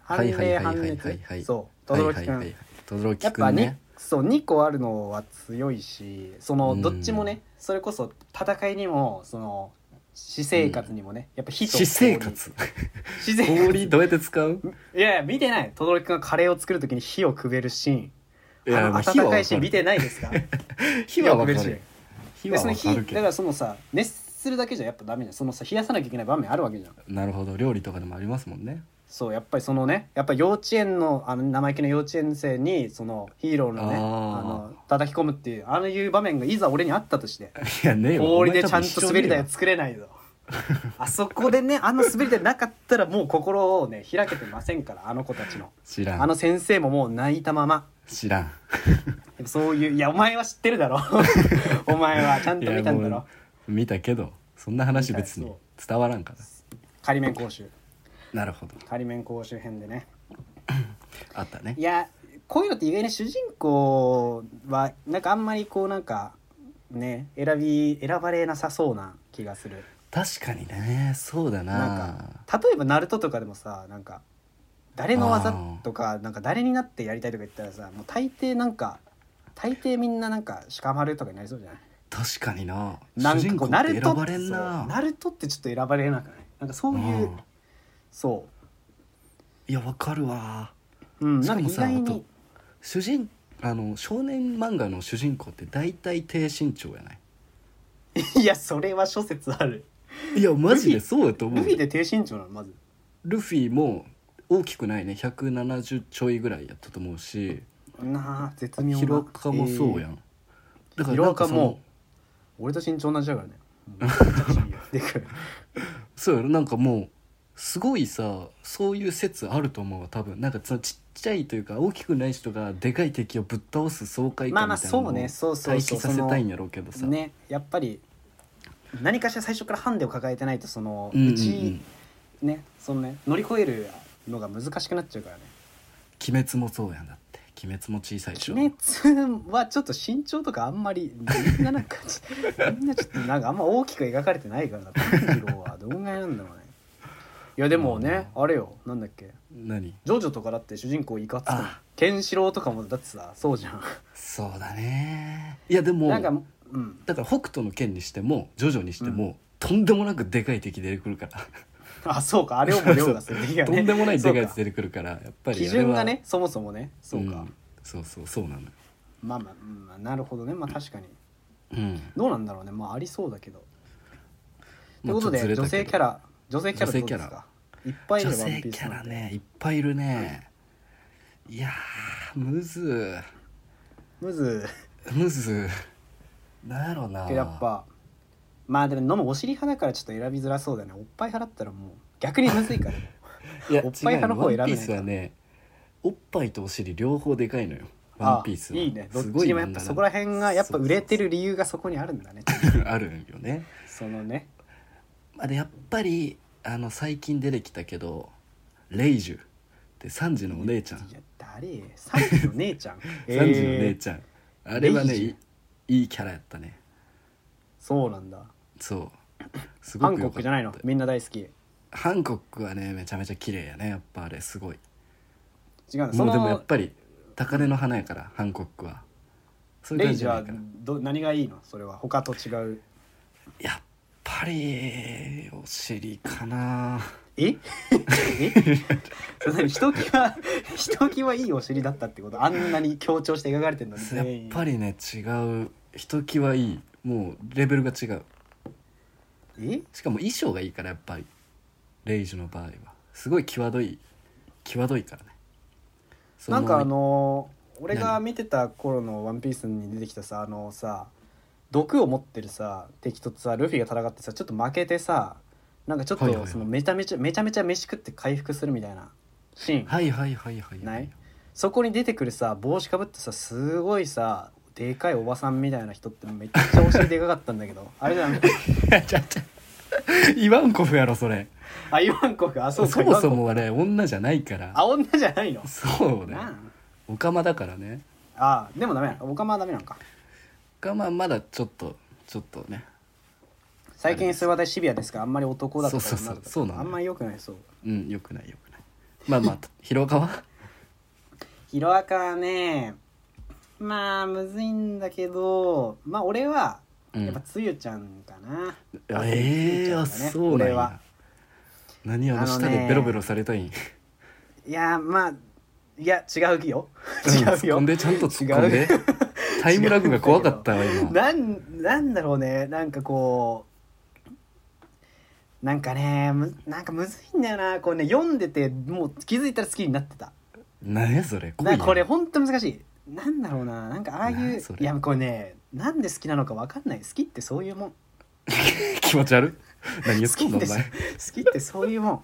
S2: は
S1: 判
S2: いはい
S1: 例
S2: はい
S1: 判
S2: はいはい
S1: 熱
S2: はい
S1: そう轟君、
S2: はいはいはい轟
S1: やっ
S2: く
S1: ぱ
S2: ん
S1: ね
S2: ね
S1: そう2個あるのは強いしそうの
S2: ん
S1: どっちもねそれこそ戦いにもその私生活にもね、やっぱ火と氷
S2: 私生
S1: [laughs]
S2: 活
S1: 私生活
S2: 氷どうやって
S1: [laughs]
S2: 使う
S1: いやいや見てない轟君がカレーを作る時に火をくべるシーン
S2: い
S1: あの
S2: まあ
S1: 温かいシーン見てないですか
S2: 火はわ
S1: 火
S2: か
S1: をくべ
S2: る
S1: るシーン
S2: 火
S1: で
S2: は
S1: その
S2: わかる
S1: 火だ
S2: け
S1: か
S2: ど
S1: らそのさ熱するだけじゃやっぱダメじゃんそのさ冷やさなきゃいけない場面あるわけじゃん
S2: なるほど料理とかでもありますもんね
S1: そうやっぱりそのねやっぱ幼稚園のあの生意気な幼稚園生にそのヒーローのねあ
S2: あー
S1: の叩き込むっていうああいう場面がいざ俺にあったとして
S2: いやねえわ
S1: 氷で
S2: お前
S1: ち
S2: 多
S1: ゃ
S2: 分
S1: ん
S2: 一
S1: と
S2: 生
S1: 滑り台
S2: ね
S1: を作れ
S2: [laughs]
S1: ないぞあそこでねあの滑り台なかったらもう心をね開けてませんからあの子たちの
S2: 知ら
S1: あの
S2: ん
S1: 先生ももう泣いたまま
S2: 知らん
S1: でもそういういやお前は知ってる
S2: [laughs]
S1: だろお前はちゃんと見たんだ
S2: いや
S1: ろ
S2: もう見たけどそんな話別に
S1: 見たよ
S2: 伝わらんから
S1: 仮面講習
S2: なるほど
S1: 仮面講習編でね
S2: あったね
S1: いやこういうのって意外に主人公はなんかあんまりこうなんかね選び選ばれなさそうな気がする
S2: 確かにねそうだ
S1: なん
S2: な
S1: か例えばナルトとかでもさなんか誰の技とかなんか誰になってやりたいとか言ったらさもう大抵なんか大抵みんななんか鹿丸とかになりそうじゃない
S2: 確かにな
S1: な
S2: 主
S1: んかこう
S2: 人公っ
S1: ナル
S2: て
S1: ト
S2: 選
S1: っ
S2: ばれ
S1: て
S2: ん
S1: そう
S2: な
S1: ナルトってちょっと選ばれなくないなんかそういう、
S2: うん
S1: そ
S2: いやわかるわ
S1: ううん
S2: し
S1: な
S2: か
S1: ん
S2: も
S1: か意
S2: さ
S1: 外
S2: あ
S1: に
S2: と主人あの少年漫画の主人公って大体低身長やない
S1: [laughs] いやそれは諸説ある
S2: いやマジでそうやと思う
S1: ルフィで低身長なのまず
S2: ルフィも大きくないね170ちょいぐらいやったと思うし
S1: なあ絶妙な
S2: ヒロカもそう
S1: え
S2: や
S1: ー
S2: ん、だからなんかそ
S1: ヒロアカも
S2: の
S1: 俺と身長同じだ
S2: [laughs]
S1: からねもうでかい
S2: そうやろなんかもうすごいさそういう説あると思うわ多分なんかそのちっちゃいというか大きくない人がでかい敵をぶっ倒す爽快
S1: まあ
S2: 感
S1: まあ
S2: みたいな
S1: そ
S2: の
S1: う
S2: を
S1: ね
S2: 待
S1: そうそうそ
S2: 機
S1: う
S2: させたいんやろうけどさ、
S1: ねやっぱり何かしら最初からハンデを抱えてないとその
S2: うんうんう
S1: うんちねそのね乗り越えるのが難しくなっちゃうからね
S2: 鬼滅もそうやんだって鬼滅も小さいでしょ、
S1: 鬼滅はちょっと身長とかあんまりみんななんか
S2: [laughs]
S1: みんなちょっとなんかあんま大きく描かれてないからな炭治郎はどんぐらいなんだろうねいやでもねあれよなんだっけ
S2: 何
S1: ジョジョとかだって主人公いかつくない
S2: あ
S1: ケンシロウとかもだってさそうじゃん
S2: そうだねいやでも
S1: なんかうん
S2: だから北斗の剣にしてもジョジョにしても、とんでもなくでかい敵出てくるから
S1: あそうかあれをも凌駕する敵が
S2: と
S1: ね
S2: んでもないでかいやつ
S1: そう
S2: 出てくるからやっ
S1: か
S2: ぱり
S1: 基
S2: あれは
S1: 準がねそもそもねそうか、
S2: んそうそうそうなのよ
S1: まあまあ、うんまあ、なるほどねまあ確かに
S2: うん
S1: どうなんだろうねまあありそうだけどという
S2: まあ
S1: ことで
S2: ちょっずれた
S1: 女性キャラ女性キャラどう
S2: 女性キ
S1: で
S2: ャ
S1: すかい
S2: ラ
S1: っぱいいるワ
S2: 女
S1: ン
S2: 性
S1: ピ
S2: キ
S1: ース
S2: ャ
S1: な
S2: ラ
S1: んて
S2: ねいっぱいいるね、い、やーむず
S1: むず
S2: ーむずーなんやろな
S1: やっぱまあでも飲むお尻派だからちょっと選びづらそうだねおっぱい派だったらもう逆にむずいからね
S2: いや
S1: おっぱい派の方
S2: 違う
S1: 選べ
S2: よ
S1: ない
S2: ワンピースはねおっぱいとお尻両方でかいのよ [laughs] ワンピースは
S1: あいいねどっち
S2: すごい
S1: にもやっ
S2: 漫
S1: ぱ
S2: 画だ
S1: そこら辺がやっぱ売れてる理由がそこにあるんだね
S2: あるんよね
S1: そのね
S2: まあでやっぱりあの最近出てきたけどレイジュって3時のお姉ちゃん、
S1: いや誰サンジの姉
S2: [laughs]
S1: ちゃん
S2: 3時のお姉ちゃん、あれはね
S1: レイジュ
S2: いいいいキャラやったね
S1: そうなんだ
S2: そうすご
S1: 韓
S2: くよ
S1: 国
S2: かった
S1: じゃないのみんな大好き違
S2: ハンコックはねめちゃめちゃ綺麗やねやっぱあれすごいう
S1: のそ
S2: もうでもや
S1: の
S2: っぱり高嶺の花やからハンコックはそういう
S1: レ
S2: 感
S1: イ
S2: じ
S1: ジ
S2: じゃない
S1: は
S2: から
S1: ど何がいいのそれは他と違う
S2: やっぱりお尻かな [laughs]
S1: ええ [laughs] それ何ひときわひときわいいお尻だったってことあんなに強調して描かれてるのに
S2: やっ
S1: 全員
S2: ぱりね違うひときわいいもうレベルが違う
S1: え
S2: しかも衣装がいいからやっぱりレイジュの場合はすごい際どい際どいからねそ
S1: なんかあのー俺が
S2: 何
S1: 見てた頃の「ワンピースに出てきたさあのさ毒を持ってるさ敵とさルフィが戦ってさちょっと負けてさなんかちょっ
S2: はいはいは
S1: と
S2: い
S1: そのめちゃめちゃめちゃめちゃ飯食って回復するみたいなシーン
S2: はいはいはいはいはい
S1: ないそこに出てくるさ帽子かぶってさすごいさでかいおばさんみたいな人ってめっちゃお尻でかかったんだけ
S2: [laughs]
S1: どあれじゃん
S2: ちゃちゃイワンコフやろそれ
S1: あイワンコがあそ
S2: そう
S1: か
S2: もそ
S1: イワンコ
S2: もあれ女じゃないから
S1: あ女じゃないの
S2: そうね
S1: なん
S2: オカマだからね
S1: あでもダメなのおかまはダメなのか
S2: オカマまだちょっとちょっとね
S1: 最近それ私シビアですからあんまり男だとか
S2: そう
S1: 女
S2: そう
S1: だと
S2: そう
S1: か
S2: そうなの
S1: あんまり良くないそう
S2: うんよくないよくないまあまあ広川
S1: ヒロアカはねまあむずいんだけどまあ俺は
S2: うん
S1: やっぱつゆちゃんかな、
S2: あええあそうなん
S1: 俺は
S2: や何あの
S1: あの
S2: 舌
S1: ね
S2: でベロベロされたいん
S1: いやまあいや違うよ
S2: うん突っ
S1: 違うよ
S2: 込んでちゃんと突っ込んでタイムラグが怖かったわ今
S1: なんなんだろうねなんかこうなんかねむなんかむずいんだよなこうね読んでてもう気づいたら好きになってた
S2: 何やそれ
S1: な
S2: 恋
S1: これほんと難しいなんだろうななんかああい
S2: な
S1: う
S2: あ
S1: い
S2: それ
S1: やこれねなんで好きなのかわかんない好きってそういうもん
S2: 気持ち悪い何言
S1: [laughs]
S2: っ
S1: 好
S2: て
S1: き
S2: んの
S1: っ
S2: お
S1: て
S2: 前
S1: 好きってそういうもん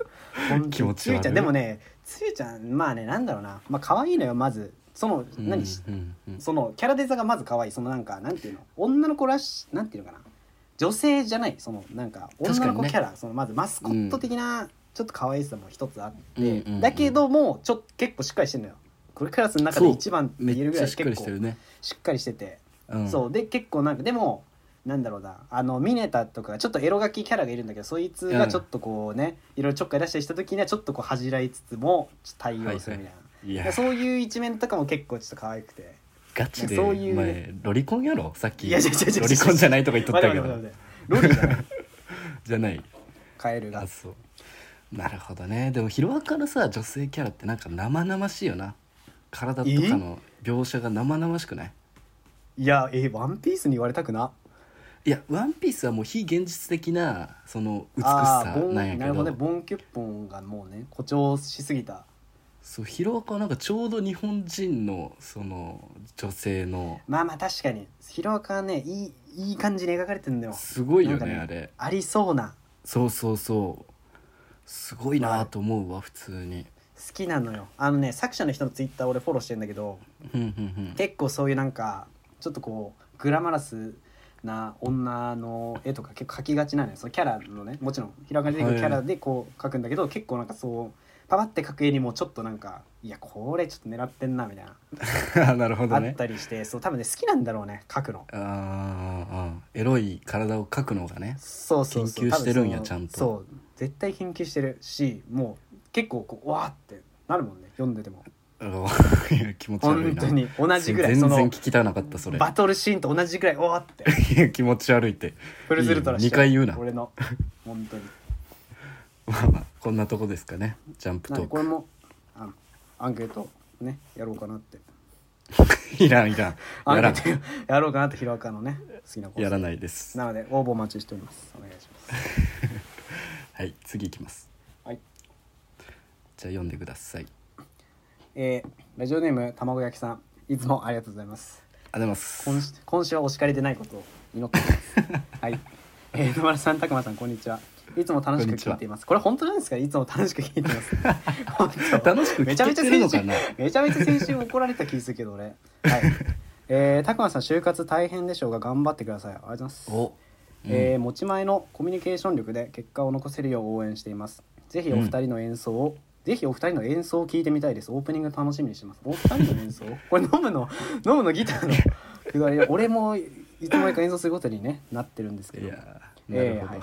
S1: 本当に
S2: 気持ち悪
S1: つゆ
S2: い
S1: ちゃんでもねつゆちゃんまあねなんだろうなまあ可愛いのよまずその
S2: うん
S1: 何、
S2: うんうん
S1: そのキャラデザがまず可愛いそのなんかなんていうの女の子らしなんていうのかな女性じゃないそのなんか
S2: 確
S1: 女
S2: か
S1: の
S2: に
S1: 子
S2: ね
S1: キャラ、そのまずマスコット的な、ちょっと可愛さも一つあって、
S2: うんうんうん
S1: だけどもちょっと結構しっかりしてるのよこれクラスの中で一番って
S2: め
S1: 言える
S2: っ
S1: ぐ
S2: ち
S1: ら
S2: ゃ
S1: い
S2: しっかり
S1: 結
S2: して
S1: 構
S2: るね
S1: しっかりしてて、
S2: うん
S1: そうで結構なんかでもなんだろうなあのミネタとかちょっとエロガキキャラがいるんだけどそいつがちょっとこうね、いろいろちょっかい出したりした時にはちょっとこう恥じらいつつもちょっと対応するみたいな、
S2: いや
S1: でそういう一面とかも結構ちょっと可愛くて。
S2: ガチで
S1: そ
S2: お
S1: ういう
S2: 前ロリコンやろさっき
S1: い
S2: ロ
S1: や違う違う違う
S2: リコンじゃないとか言っとったけ
S1: 待て
S2: ど
S1: 待て待て待てロリじゃない
S2: じゃない
S1: カエルが
S2: [laughs] あそうなるほどねでもヒロアカのさ女性キャラってなんか生々しいよな体とかの描写が生々しくない
S1: いやえワンピースに言われたくない
S2: や「ワンピースはもう非現実的なその美し
S1: あ
S2: さ
S1: ーボン
S2: なんやけ
S1: な
S2: ど
S1: るほどねボンキュッポンがもうね誇張しすぎた
S2: そうヒロアカはなんかちょうど日本人のその女性の
S1: まあまあ確かにヒロアカはねいいいい感じに描かれてるんだよ
S2: すごいよ
S1: な
S2: ね
S1: んかね
S2: あれ
S1: ありそうな
S2: そうそうそうすごいなと思うわ普通に
S1: 好きなのよあのね作者の人のツイッター俺フォローしてんだけど
S2: ふんふんふん
S1: 結構そういうなんかちょっとこうグラマラスな女の絵とか結構描きがちなのよそのキャラのねもちろん平岡に出てくるキャラでこう描くんだけど、結構なんかそうパパって描く絵にもちょっとなんかいやこれちょっと狙ってんなみたいな、
S2: [laughs] あなるほ
S1: あ
S2: ど
S1: っ
S2: ね
S1: たりしてそう多分ね好きなんだろうね描くの
S2: あーあーエロい体を描くのがね
S1: そうそうそう
S2: 研究してるん
S1: 多
S2: や
S1: 分その
S2: ちゃんと
S1: そう絶対研究してるしもう結構こううわーってなるもんね読んでても
S2: あの [laughs] いや気持ち悪い
S1: 本
S2: な
S1: 当に同じぐらい
S2: 全
S1: そ
S2: 然
S1: の
S2: 聞きたなかったそれ
S1: バトルシーンと同じぐらいうわーって
S2: い [laughs] や気持ち悪いって
S1: フルズルトラし
S2: いいよ二回言うな
S1: 俺
S2: [laughs]
S1: の本当に
S2: まあまあこんなとこですかねジャンプ
S1: なん
S2: ト
S1: でこれ
S2: ー
S1: もあアンケートねやろうかなって
S2: クいらんいらん
S1: ア
S2: や
S1: ンケ
S2: ら
S1: ート [laughs] やろうかなってヒロアカのね好きな子
S2: んやらないです
S1: なので応募お待ちしておりますお願いします
S2: はい次いきます
S1: はい
S2: じゃあ読んでください
S1: えーラジオネーム卵焼きさんいつもありがとうございます
S2: ありがとうございます
S1: 今
S2: [laughs]
S1: 今週はお叱りでないことを祈っておりますはい、えー、野村さんたくまさんこんにちはいつも楽し
S2: こん
S1: く
S2: にちは
S1: 聞いていますこれ本当なんですかいつも楽しく聞いて
S2: [laughs]
S1: ます本当
S2: 楽しく
S1: めちゃ
S2: 聞
S1: め
S2: け
S1: ちゃ
S2: てるのかな
S1: めちゃめちゃ先週怒られた気するけど俺はいえー、たくまさん就活大変でしょうが頑張ってくださいありがとうございます
S2: お、うん
S1: えー持ち前のコミュニケーション力で結果を残せるよう応援しています。ぜひお二人の演奏を、ぜひお二人の演奏を聞いてみたいです。オープニング楽しみにしてます。お二人の
S2: [laughs]
S1: 演奏これ飲むの [laughs] 飲むのギターのくだり俺もいつの間にか演奏することに、ね、なってるんですけ
S2: い
S1: ど
S2: やーな
S1: え
S2: る
S1: ー
S2: ほど、
S1: はい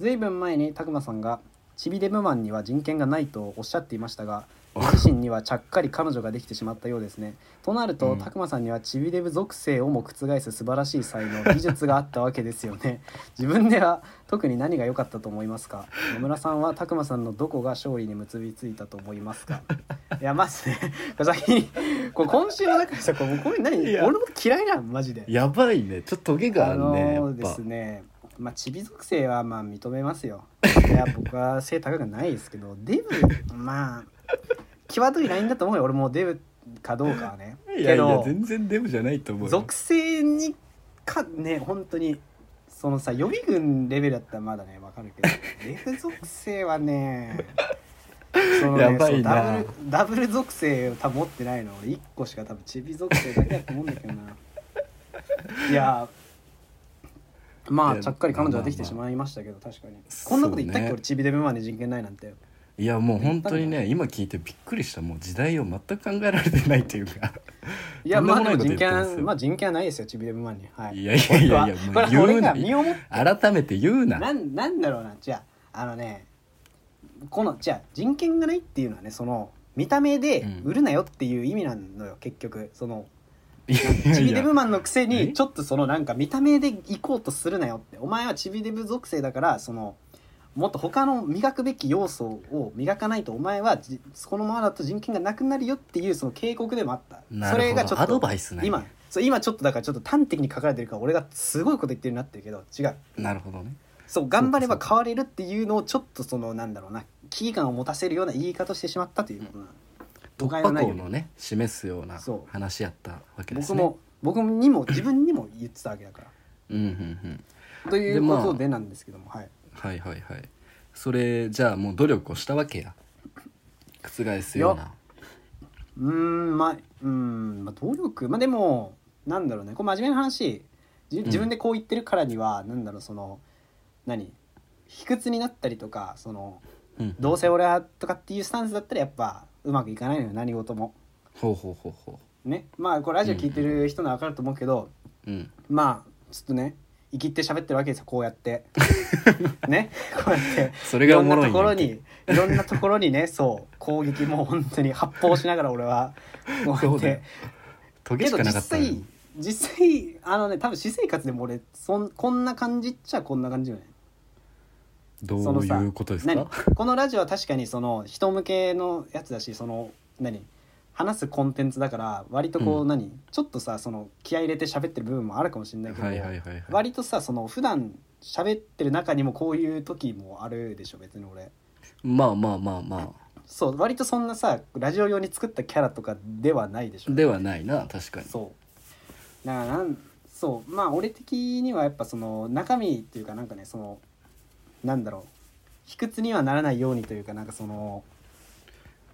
S1: ずいぶん前にたくまさんが「ちびデブマンには人権がない」とおっしゃっていましたがご自身にはちゃっかり彼女ができてしまったようですね。となると、
S2: うん
S1: たくまさんにはちびデブ属性をも覆す素晴らしい才能技術があったわけですよ
S2: [laughs]
S1: ね。自分では特に何が良かったと思いますか野村さんはたくまさんのどこが勝利に結びついたと思いますかいやまずねこれ先にこれ今週の中でさこれもうこれ何
S2: い
S1: 俺
S2: や
S1: のこと嫌いなんマジで。
S2: やばいねちょっとトゲがあ
S1: あ
S2: るねや
S1: の
S2: っ
S1: ーで
S2: ぱ
S1: すねまあチビ属性はまあ認めます
S2: [laughs]
S1: よいや僕は背高くないですけどデブまあ際どいラインだと思うよ俺もうデブかどうかはね
S2: いや
S1: け
S2: いや
S1: ど
S2: 全然デブじゃないと思うよ
S1: 属性にかね本当にそのさ予備軍レベルだったらまだねわかる
S2: [laughs]
S1: けどデブ属性はねそのね
S2: やばいな
S1: そうダブルダブル属性を多分持ってないの俺1個しか多分チビ属性だけだと思うんだけどないやま
S2: い
S1: あ
S2: や
S1: ちゃっかり彼女はできて
S2: まあ
S1: し
S2: ま
S1: まいましたけど確かにこんなこと言ったっけ
S2: そうね
S1: 俺チビデブマンで人権ないなんて
S2: いやもう本当
S1: 言
S2: に
S1: ったん
S2: ね今聞いてびっくりしたもう時代を全く考えられてないというか
S1: いや
S2: とんで
S1: ま
S2: も
S1: あで
S2: ない
S1: も
S2: こと
S1: 人
S2: 言ってますよ
S1: 権まあ人権はないですよチビデブマンにはい
S2: やいやいやいや
S1: 僕
S2: も
S1: はこ
S2: う
S1: れ
S2: 言う
S1: 俺
S2: な
S1: が身をもって
S2: 改めて言うな
S1: なんなんだろうなじゃああのねこのじゃあ人権がないっていうのはねその見た目で
S2: うん
S1: 売るなよっていう意味なのよ、結局その
S2: いや
S1: ち
S2: い
S1: びデ
S2: や
S1: ブマンのくせに
S2: え
S1: ちょっとそのなんか見た目で行こうとするなよってお前はちびデブ属性だからそのもっと他の磨くべき要素を磨かないとお前はじこのままだと人権がなくなるよっていうその警告でもあった
S2: な
S1: それ
S2: る
S1: が
S2: ほ
S1: ちょ
S2: ど
S1: っ
S2: アド
S1: と
S2: バイスね
S1: 今そう今ちょっとだからちょっと端的に書かれてるから俺がすごいこと言ってるようになってるけど違う
S2: なるほどね
S1: そう頑張れば変われるっていうのをちょっとそのなんだろうな危機感を持たせるような言い方をしてしまったということなの誤
S2: 突
S1: 解
S2: 破
S1: のない
S2: 口
S1: ように
S2: のね示すような
S1: そう
S2: 話やったわけで
S1: 僕
S2: すね
S1: も僕にも自分にも言ってたわけだか
S2: うんうんうん
S1: らという
S2: でま
S1: こ
S2: あ
S1: とでなんですけども、はい
S2: はいはいはいそれじゃあもう努力をしたわけや覆すような
S1: うーんまあうーんまあ努力まあでもなんだろうねこれ真面目な話じ
S2: ん
S1: 自分でこう言ってるからには、なんだろうその何卑屈になったりとかその
S2: うん
S1: どうせ俺はとかっていうスタンスだったらやっぱうまくいかないのよ何事も
S2: ほうほうほうほ
S1: ねまあこれラジオ聞いてる人なら分かると思うけど、
S2: ううん
S1: まあちょっとね生きって喋ってるわけですよこうやって
S2: [laughs]
S1: ねこうやって
S2: それ
S1: い
S2: が
S1: ろ
S2: お
S1: んな
S2: もろい
S1: と
S2: ん
S1: ころ
S2: や
S1: にいろんなところにねそう攻撃もう本当に発砲しながら俺はこうや
S2: そ
S1: っ
S2: うだよ
S1: て
S2: トゲ
S1: け
S2: し
S1: ど
S2: か
S1: 実
S2: なかったの
S1: 際
S2: に
S1: 実際あのね多分私生活でも俺そんこんな感じっちゃこんな感じよね
S2: ど
S1: その
S2: う
S1: さ
S2: いうことです
S1: 何
S2: か
S1: このラジオは確かにその人向けのやつだしその何話すコンテンツだから割とこう、
S2: うん
S1: 何ちょっとさその気合い入れて喋ってる部分もあるかもしれないけど、
S2: はいはいはいはい
S1: 割とさその普段喋ってる中にもこういう時もあるでしょ別に俺
S2: まあまあまあま
S1: そう割とそんなさラジオ用に作ったキャラとかではないでし
S2: あ
S1: ょ
S2: ではないな確かに
S1: そうだからなんそうまあ俺的にはやっぱその中身っていうかなんかねそのなんだろう卑屈にはならないようにというかなんかその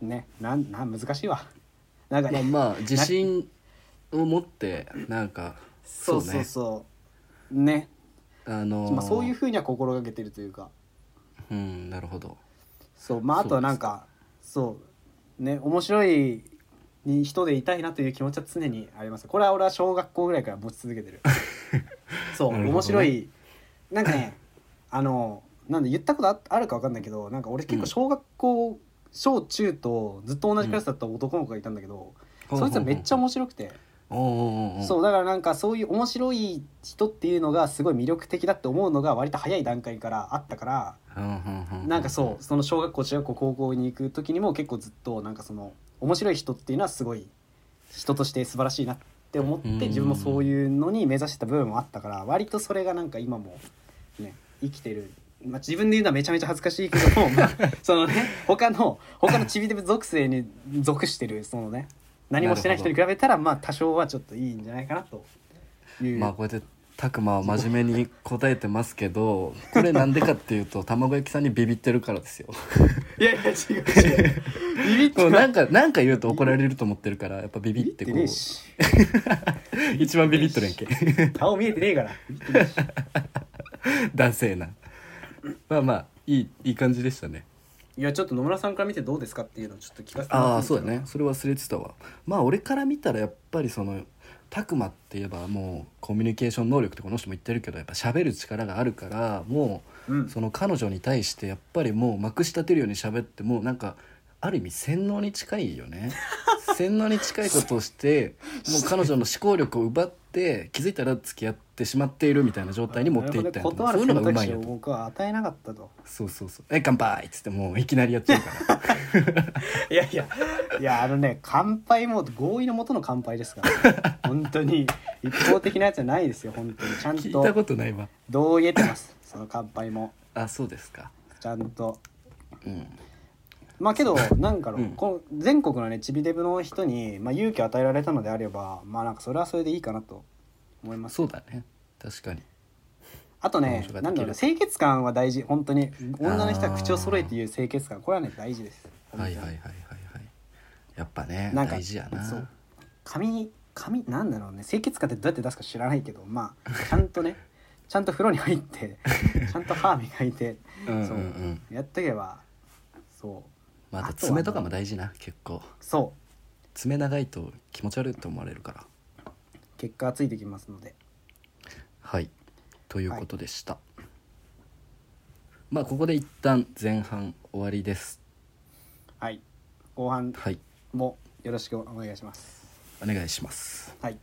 S1: ねなんなん難しいわなんか
S2: まあ
S1: ね
S2: まあ自信を持ってなんか
S1: そうそうそうね
S2: あのー
S1: まあ、そういうふうには心がけてるというか
S2: うんなるほど
S1: そうまああとはなんかそうね面白い人でいたいなという気持ちは常にありますこれは俺は小学校ぐらいから持ち続けて
S2: [laughs]
S1: るそう
S2: なるほどね
S1: 面白いなんかねあのなんで言ったことああるか分かんないけどなんか俺結構小学校、小中とずっと同じクラスだった男の子がいたんだけど、そいつはめっちゃ面白くて、
S2: おうおうおう
S1: そうだからなんかそういう面白い人っていうのがすごい魅力的だって思うのが割と早い段階からあったから、
S2: うん
S1: なんかそうその小学校中学校高校に行く時にも結構ずっとなんかその面白い人っていうのはすごい人として素晴らしいなって思って
S2: うん
S1: 自分もそういうのに目指してた部分もあったから割とそれがなんか今もね生きてる。まあ、自分で言うのはめちゃめちゃ恥ずかしいけども、 [laughs] まあ、そのね他の他のちびデブ属性に属してるそのね何もしてない人に比べたらまあ多少はちょっといいんじゃないかなとい
S2: うん
S1: う、
S2: まあこうやって拓磨は真面目に答えてますけどこれなんでかっていうと [laughs] 卵焼きさんにビビってるからですよ
S1: いやいや違う違うビビっ
S2: も
S1: て
S2: うなん
S1: か
S2: かなんか言うと怒られると思ってるからやっぱビビ
S1: ビビ
S2: っ
S1: ってて
S2: こ
S1: ねえ
S2: う
S1: し
S2: 一番ビビっとるやんけ [laughs]
S1: 顔見えてねえからビビってねえし
S2: 男性なまあまあいいいい感じでしたね
S1: いやちょっと野村さんから見てどうですかっていうのをちょっと聞かせてもら
S2: あ
S1: っ
S2: あ
S1: て
S2: そ
S1: も
S2: う
S1: いい
S2: だねそれ忘れてたわまあ俺から見たらやっぱりその拓磨って言えばもうコミュニケーション能力ってこの人も言ってるけどやっぱ喋る力があるからも
S1: うん
S2: うその彼女に対してやっぱりもうまくし立てるように喋ってもうなんかある意味洗脳に近い
S1: [laughs]
S2: よね洗脳に近いことをしてもう彼女の思考力を奪って気づいたら付き合ってしまっているみたいな状態に持っていったんやと思う
S1: 断
S2: そう
S1: る
S2: いう
S1: 選
S2: のがう
S1: 択
S2: まい
S1: 肢
S2: よ
S1: を僕は与えなかったと
S2: そうそうそう「え乾杯!」っつってもういきなりやっちゃうから
S1: いやいやいやあのね乾杯も合意のもとの乾杯です
S2: [laughs]
S1: から本当に一方的なやつじゃないですよ本当にちゃん
S2: 聞いたこととないわ
S1: 同意得てますその乾杯も
S2: あそうですか
S1: ちゃんと
S2: うん
S1: まあけどなんかの、
S2: うん
S1: この全国のねちびデブの人に、まあ、勇気を与えられたのであればまあなんかそれはそれでいいかなと思います
S2: そうだね確かに
S1: あと
S2: 面
S1: ね
S2: 白かった
S1: なんだろうな清潔感は大事本当に女の人は口を揃えて言う清潔感これはね大事です
S2: はいはいはいはいはいやっぱね
S1: なんか
S2: 大事やな
S1: そう髪髪なんだろうね清潔感ってどうやって出すか知らないけどま
S2: [laughs]
S1: あちゃんとねちゃんと風呂に入ってちゃんと歯磨いて
S2: うんうんう
S1: そうんやっとけばそう
S2: まああと
S1: あとは
S2: 爪とかも大事な結構
S1: そ
S2: 爪長いと気持ち悪いと思われるから
S1: う結果はついてきますので
S2: はいということでした、まあここで一旦前半終わりです
S1: はい後半
S2: はい
S1: もよろしくお願いします
S2: お願いします
S1: はい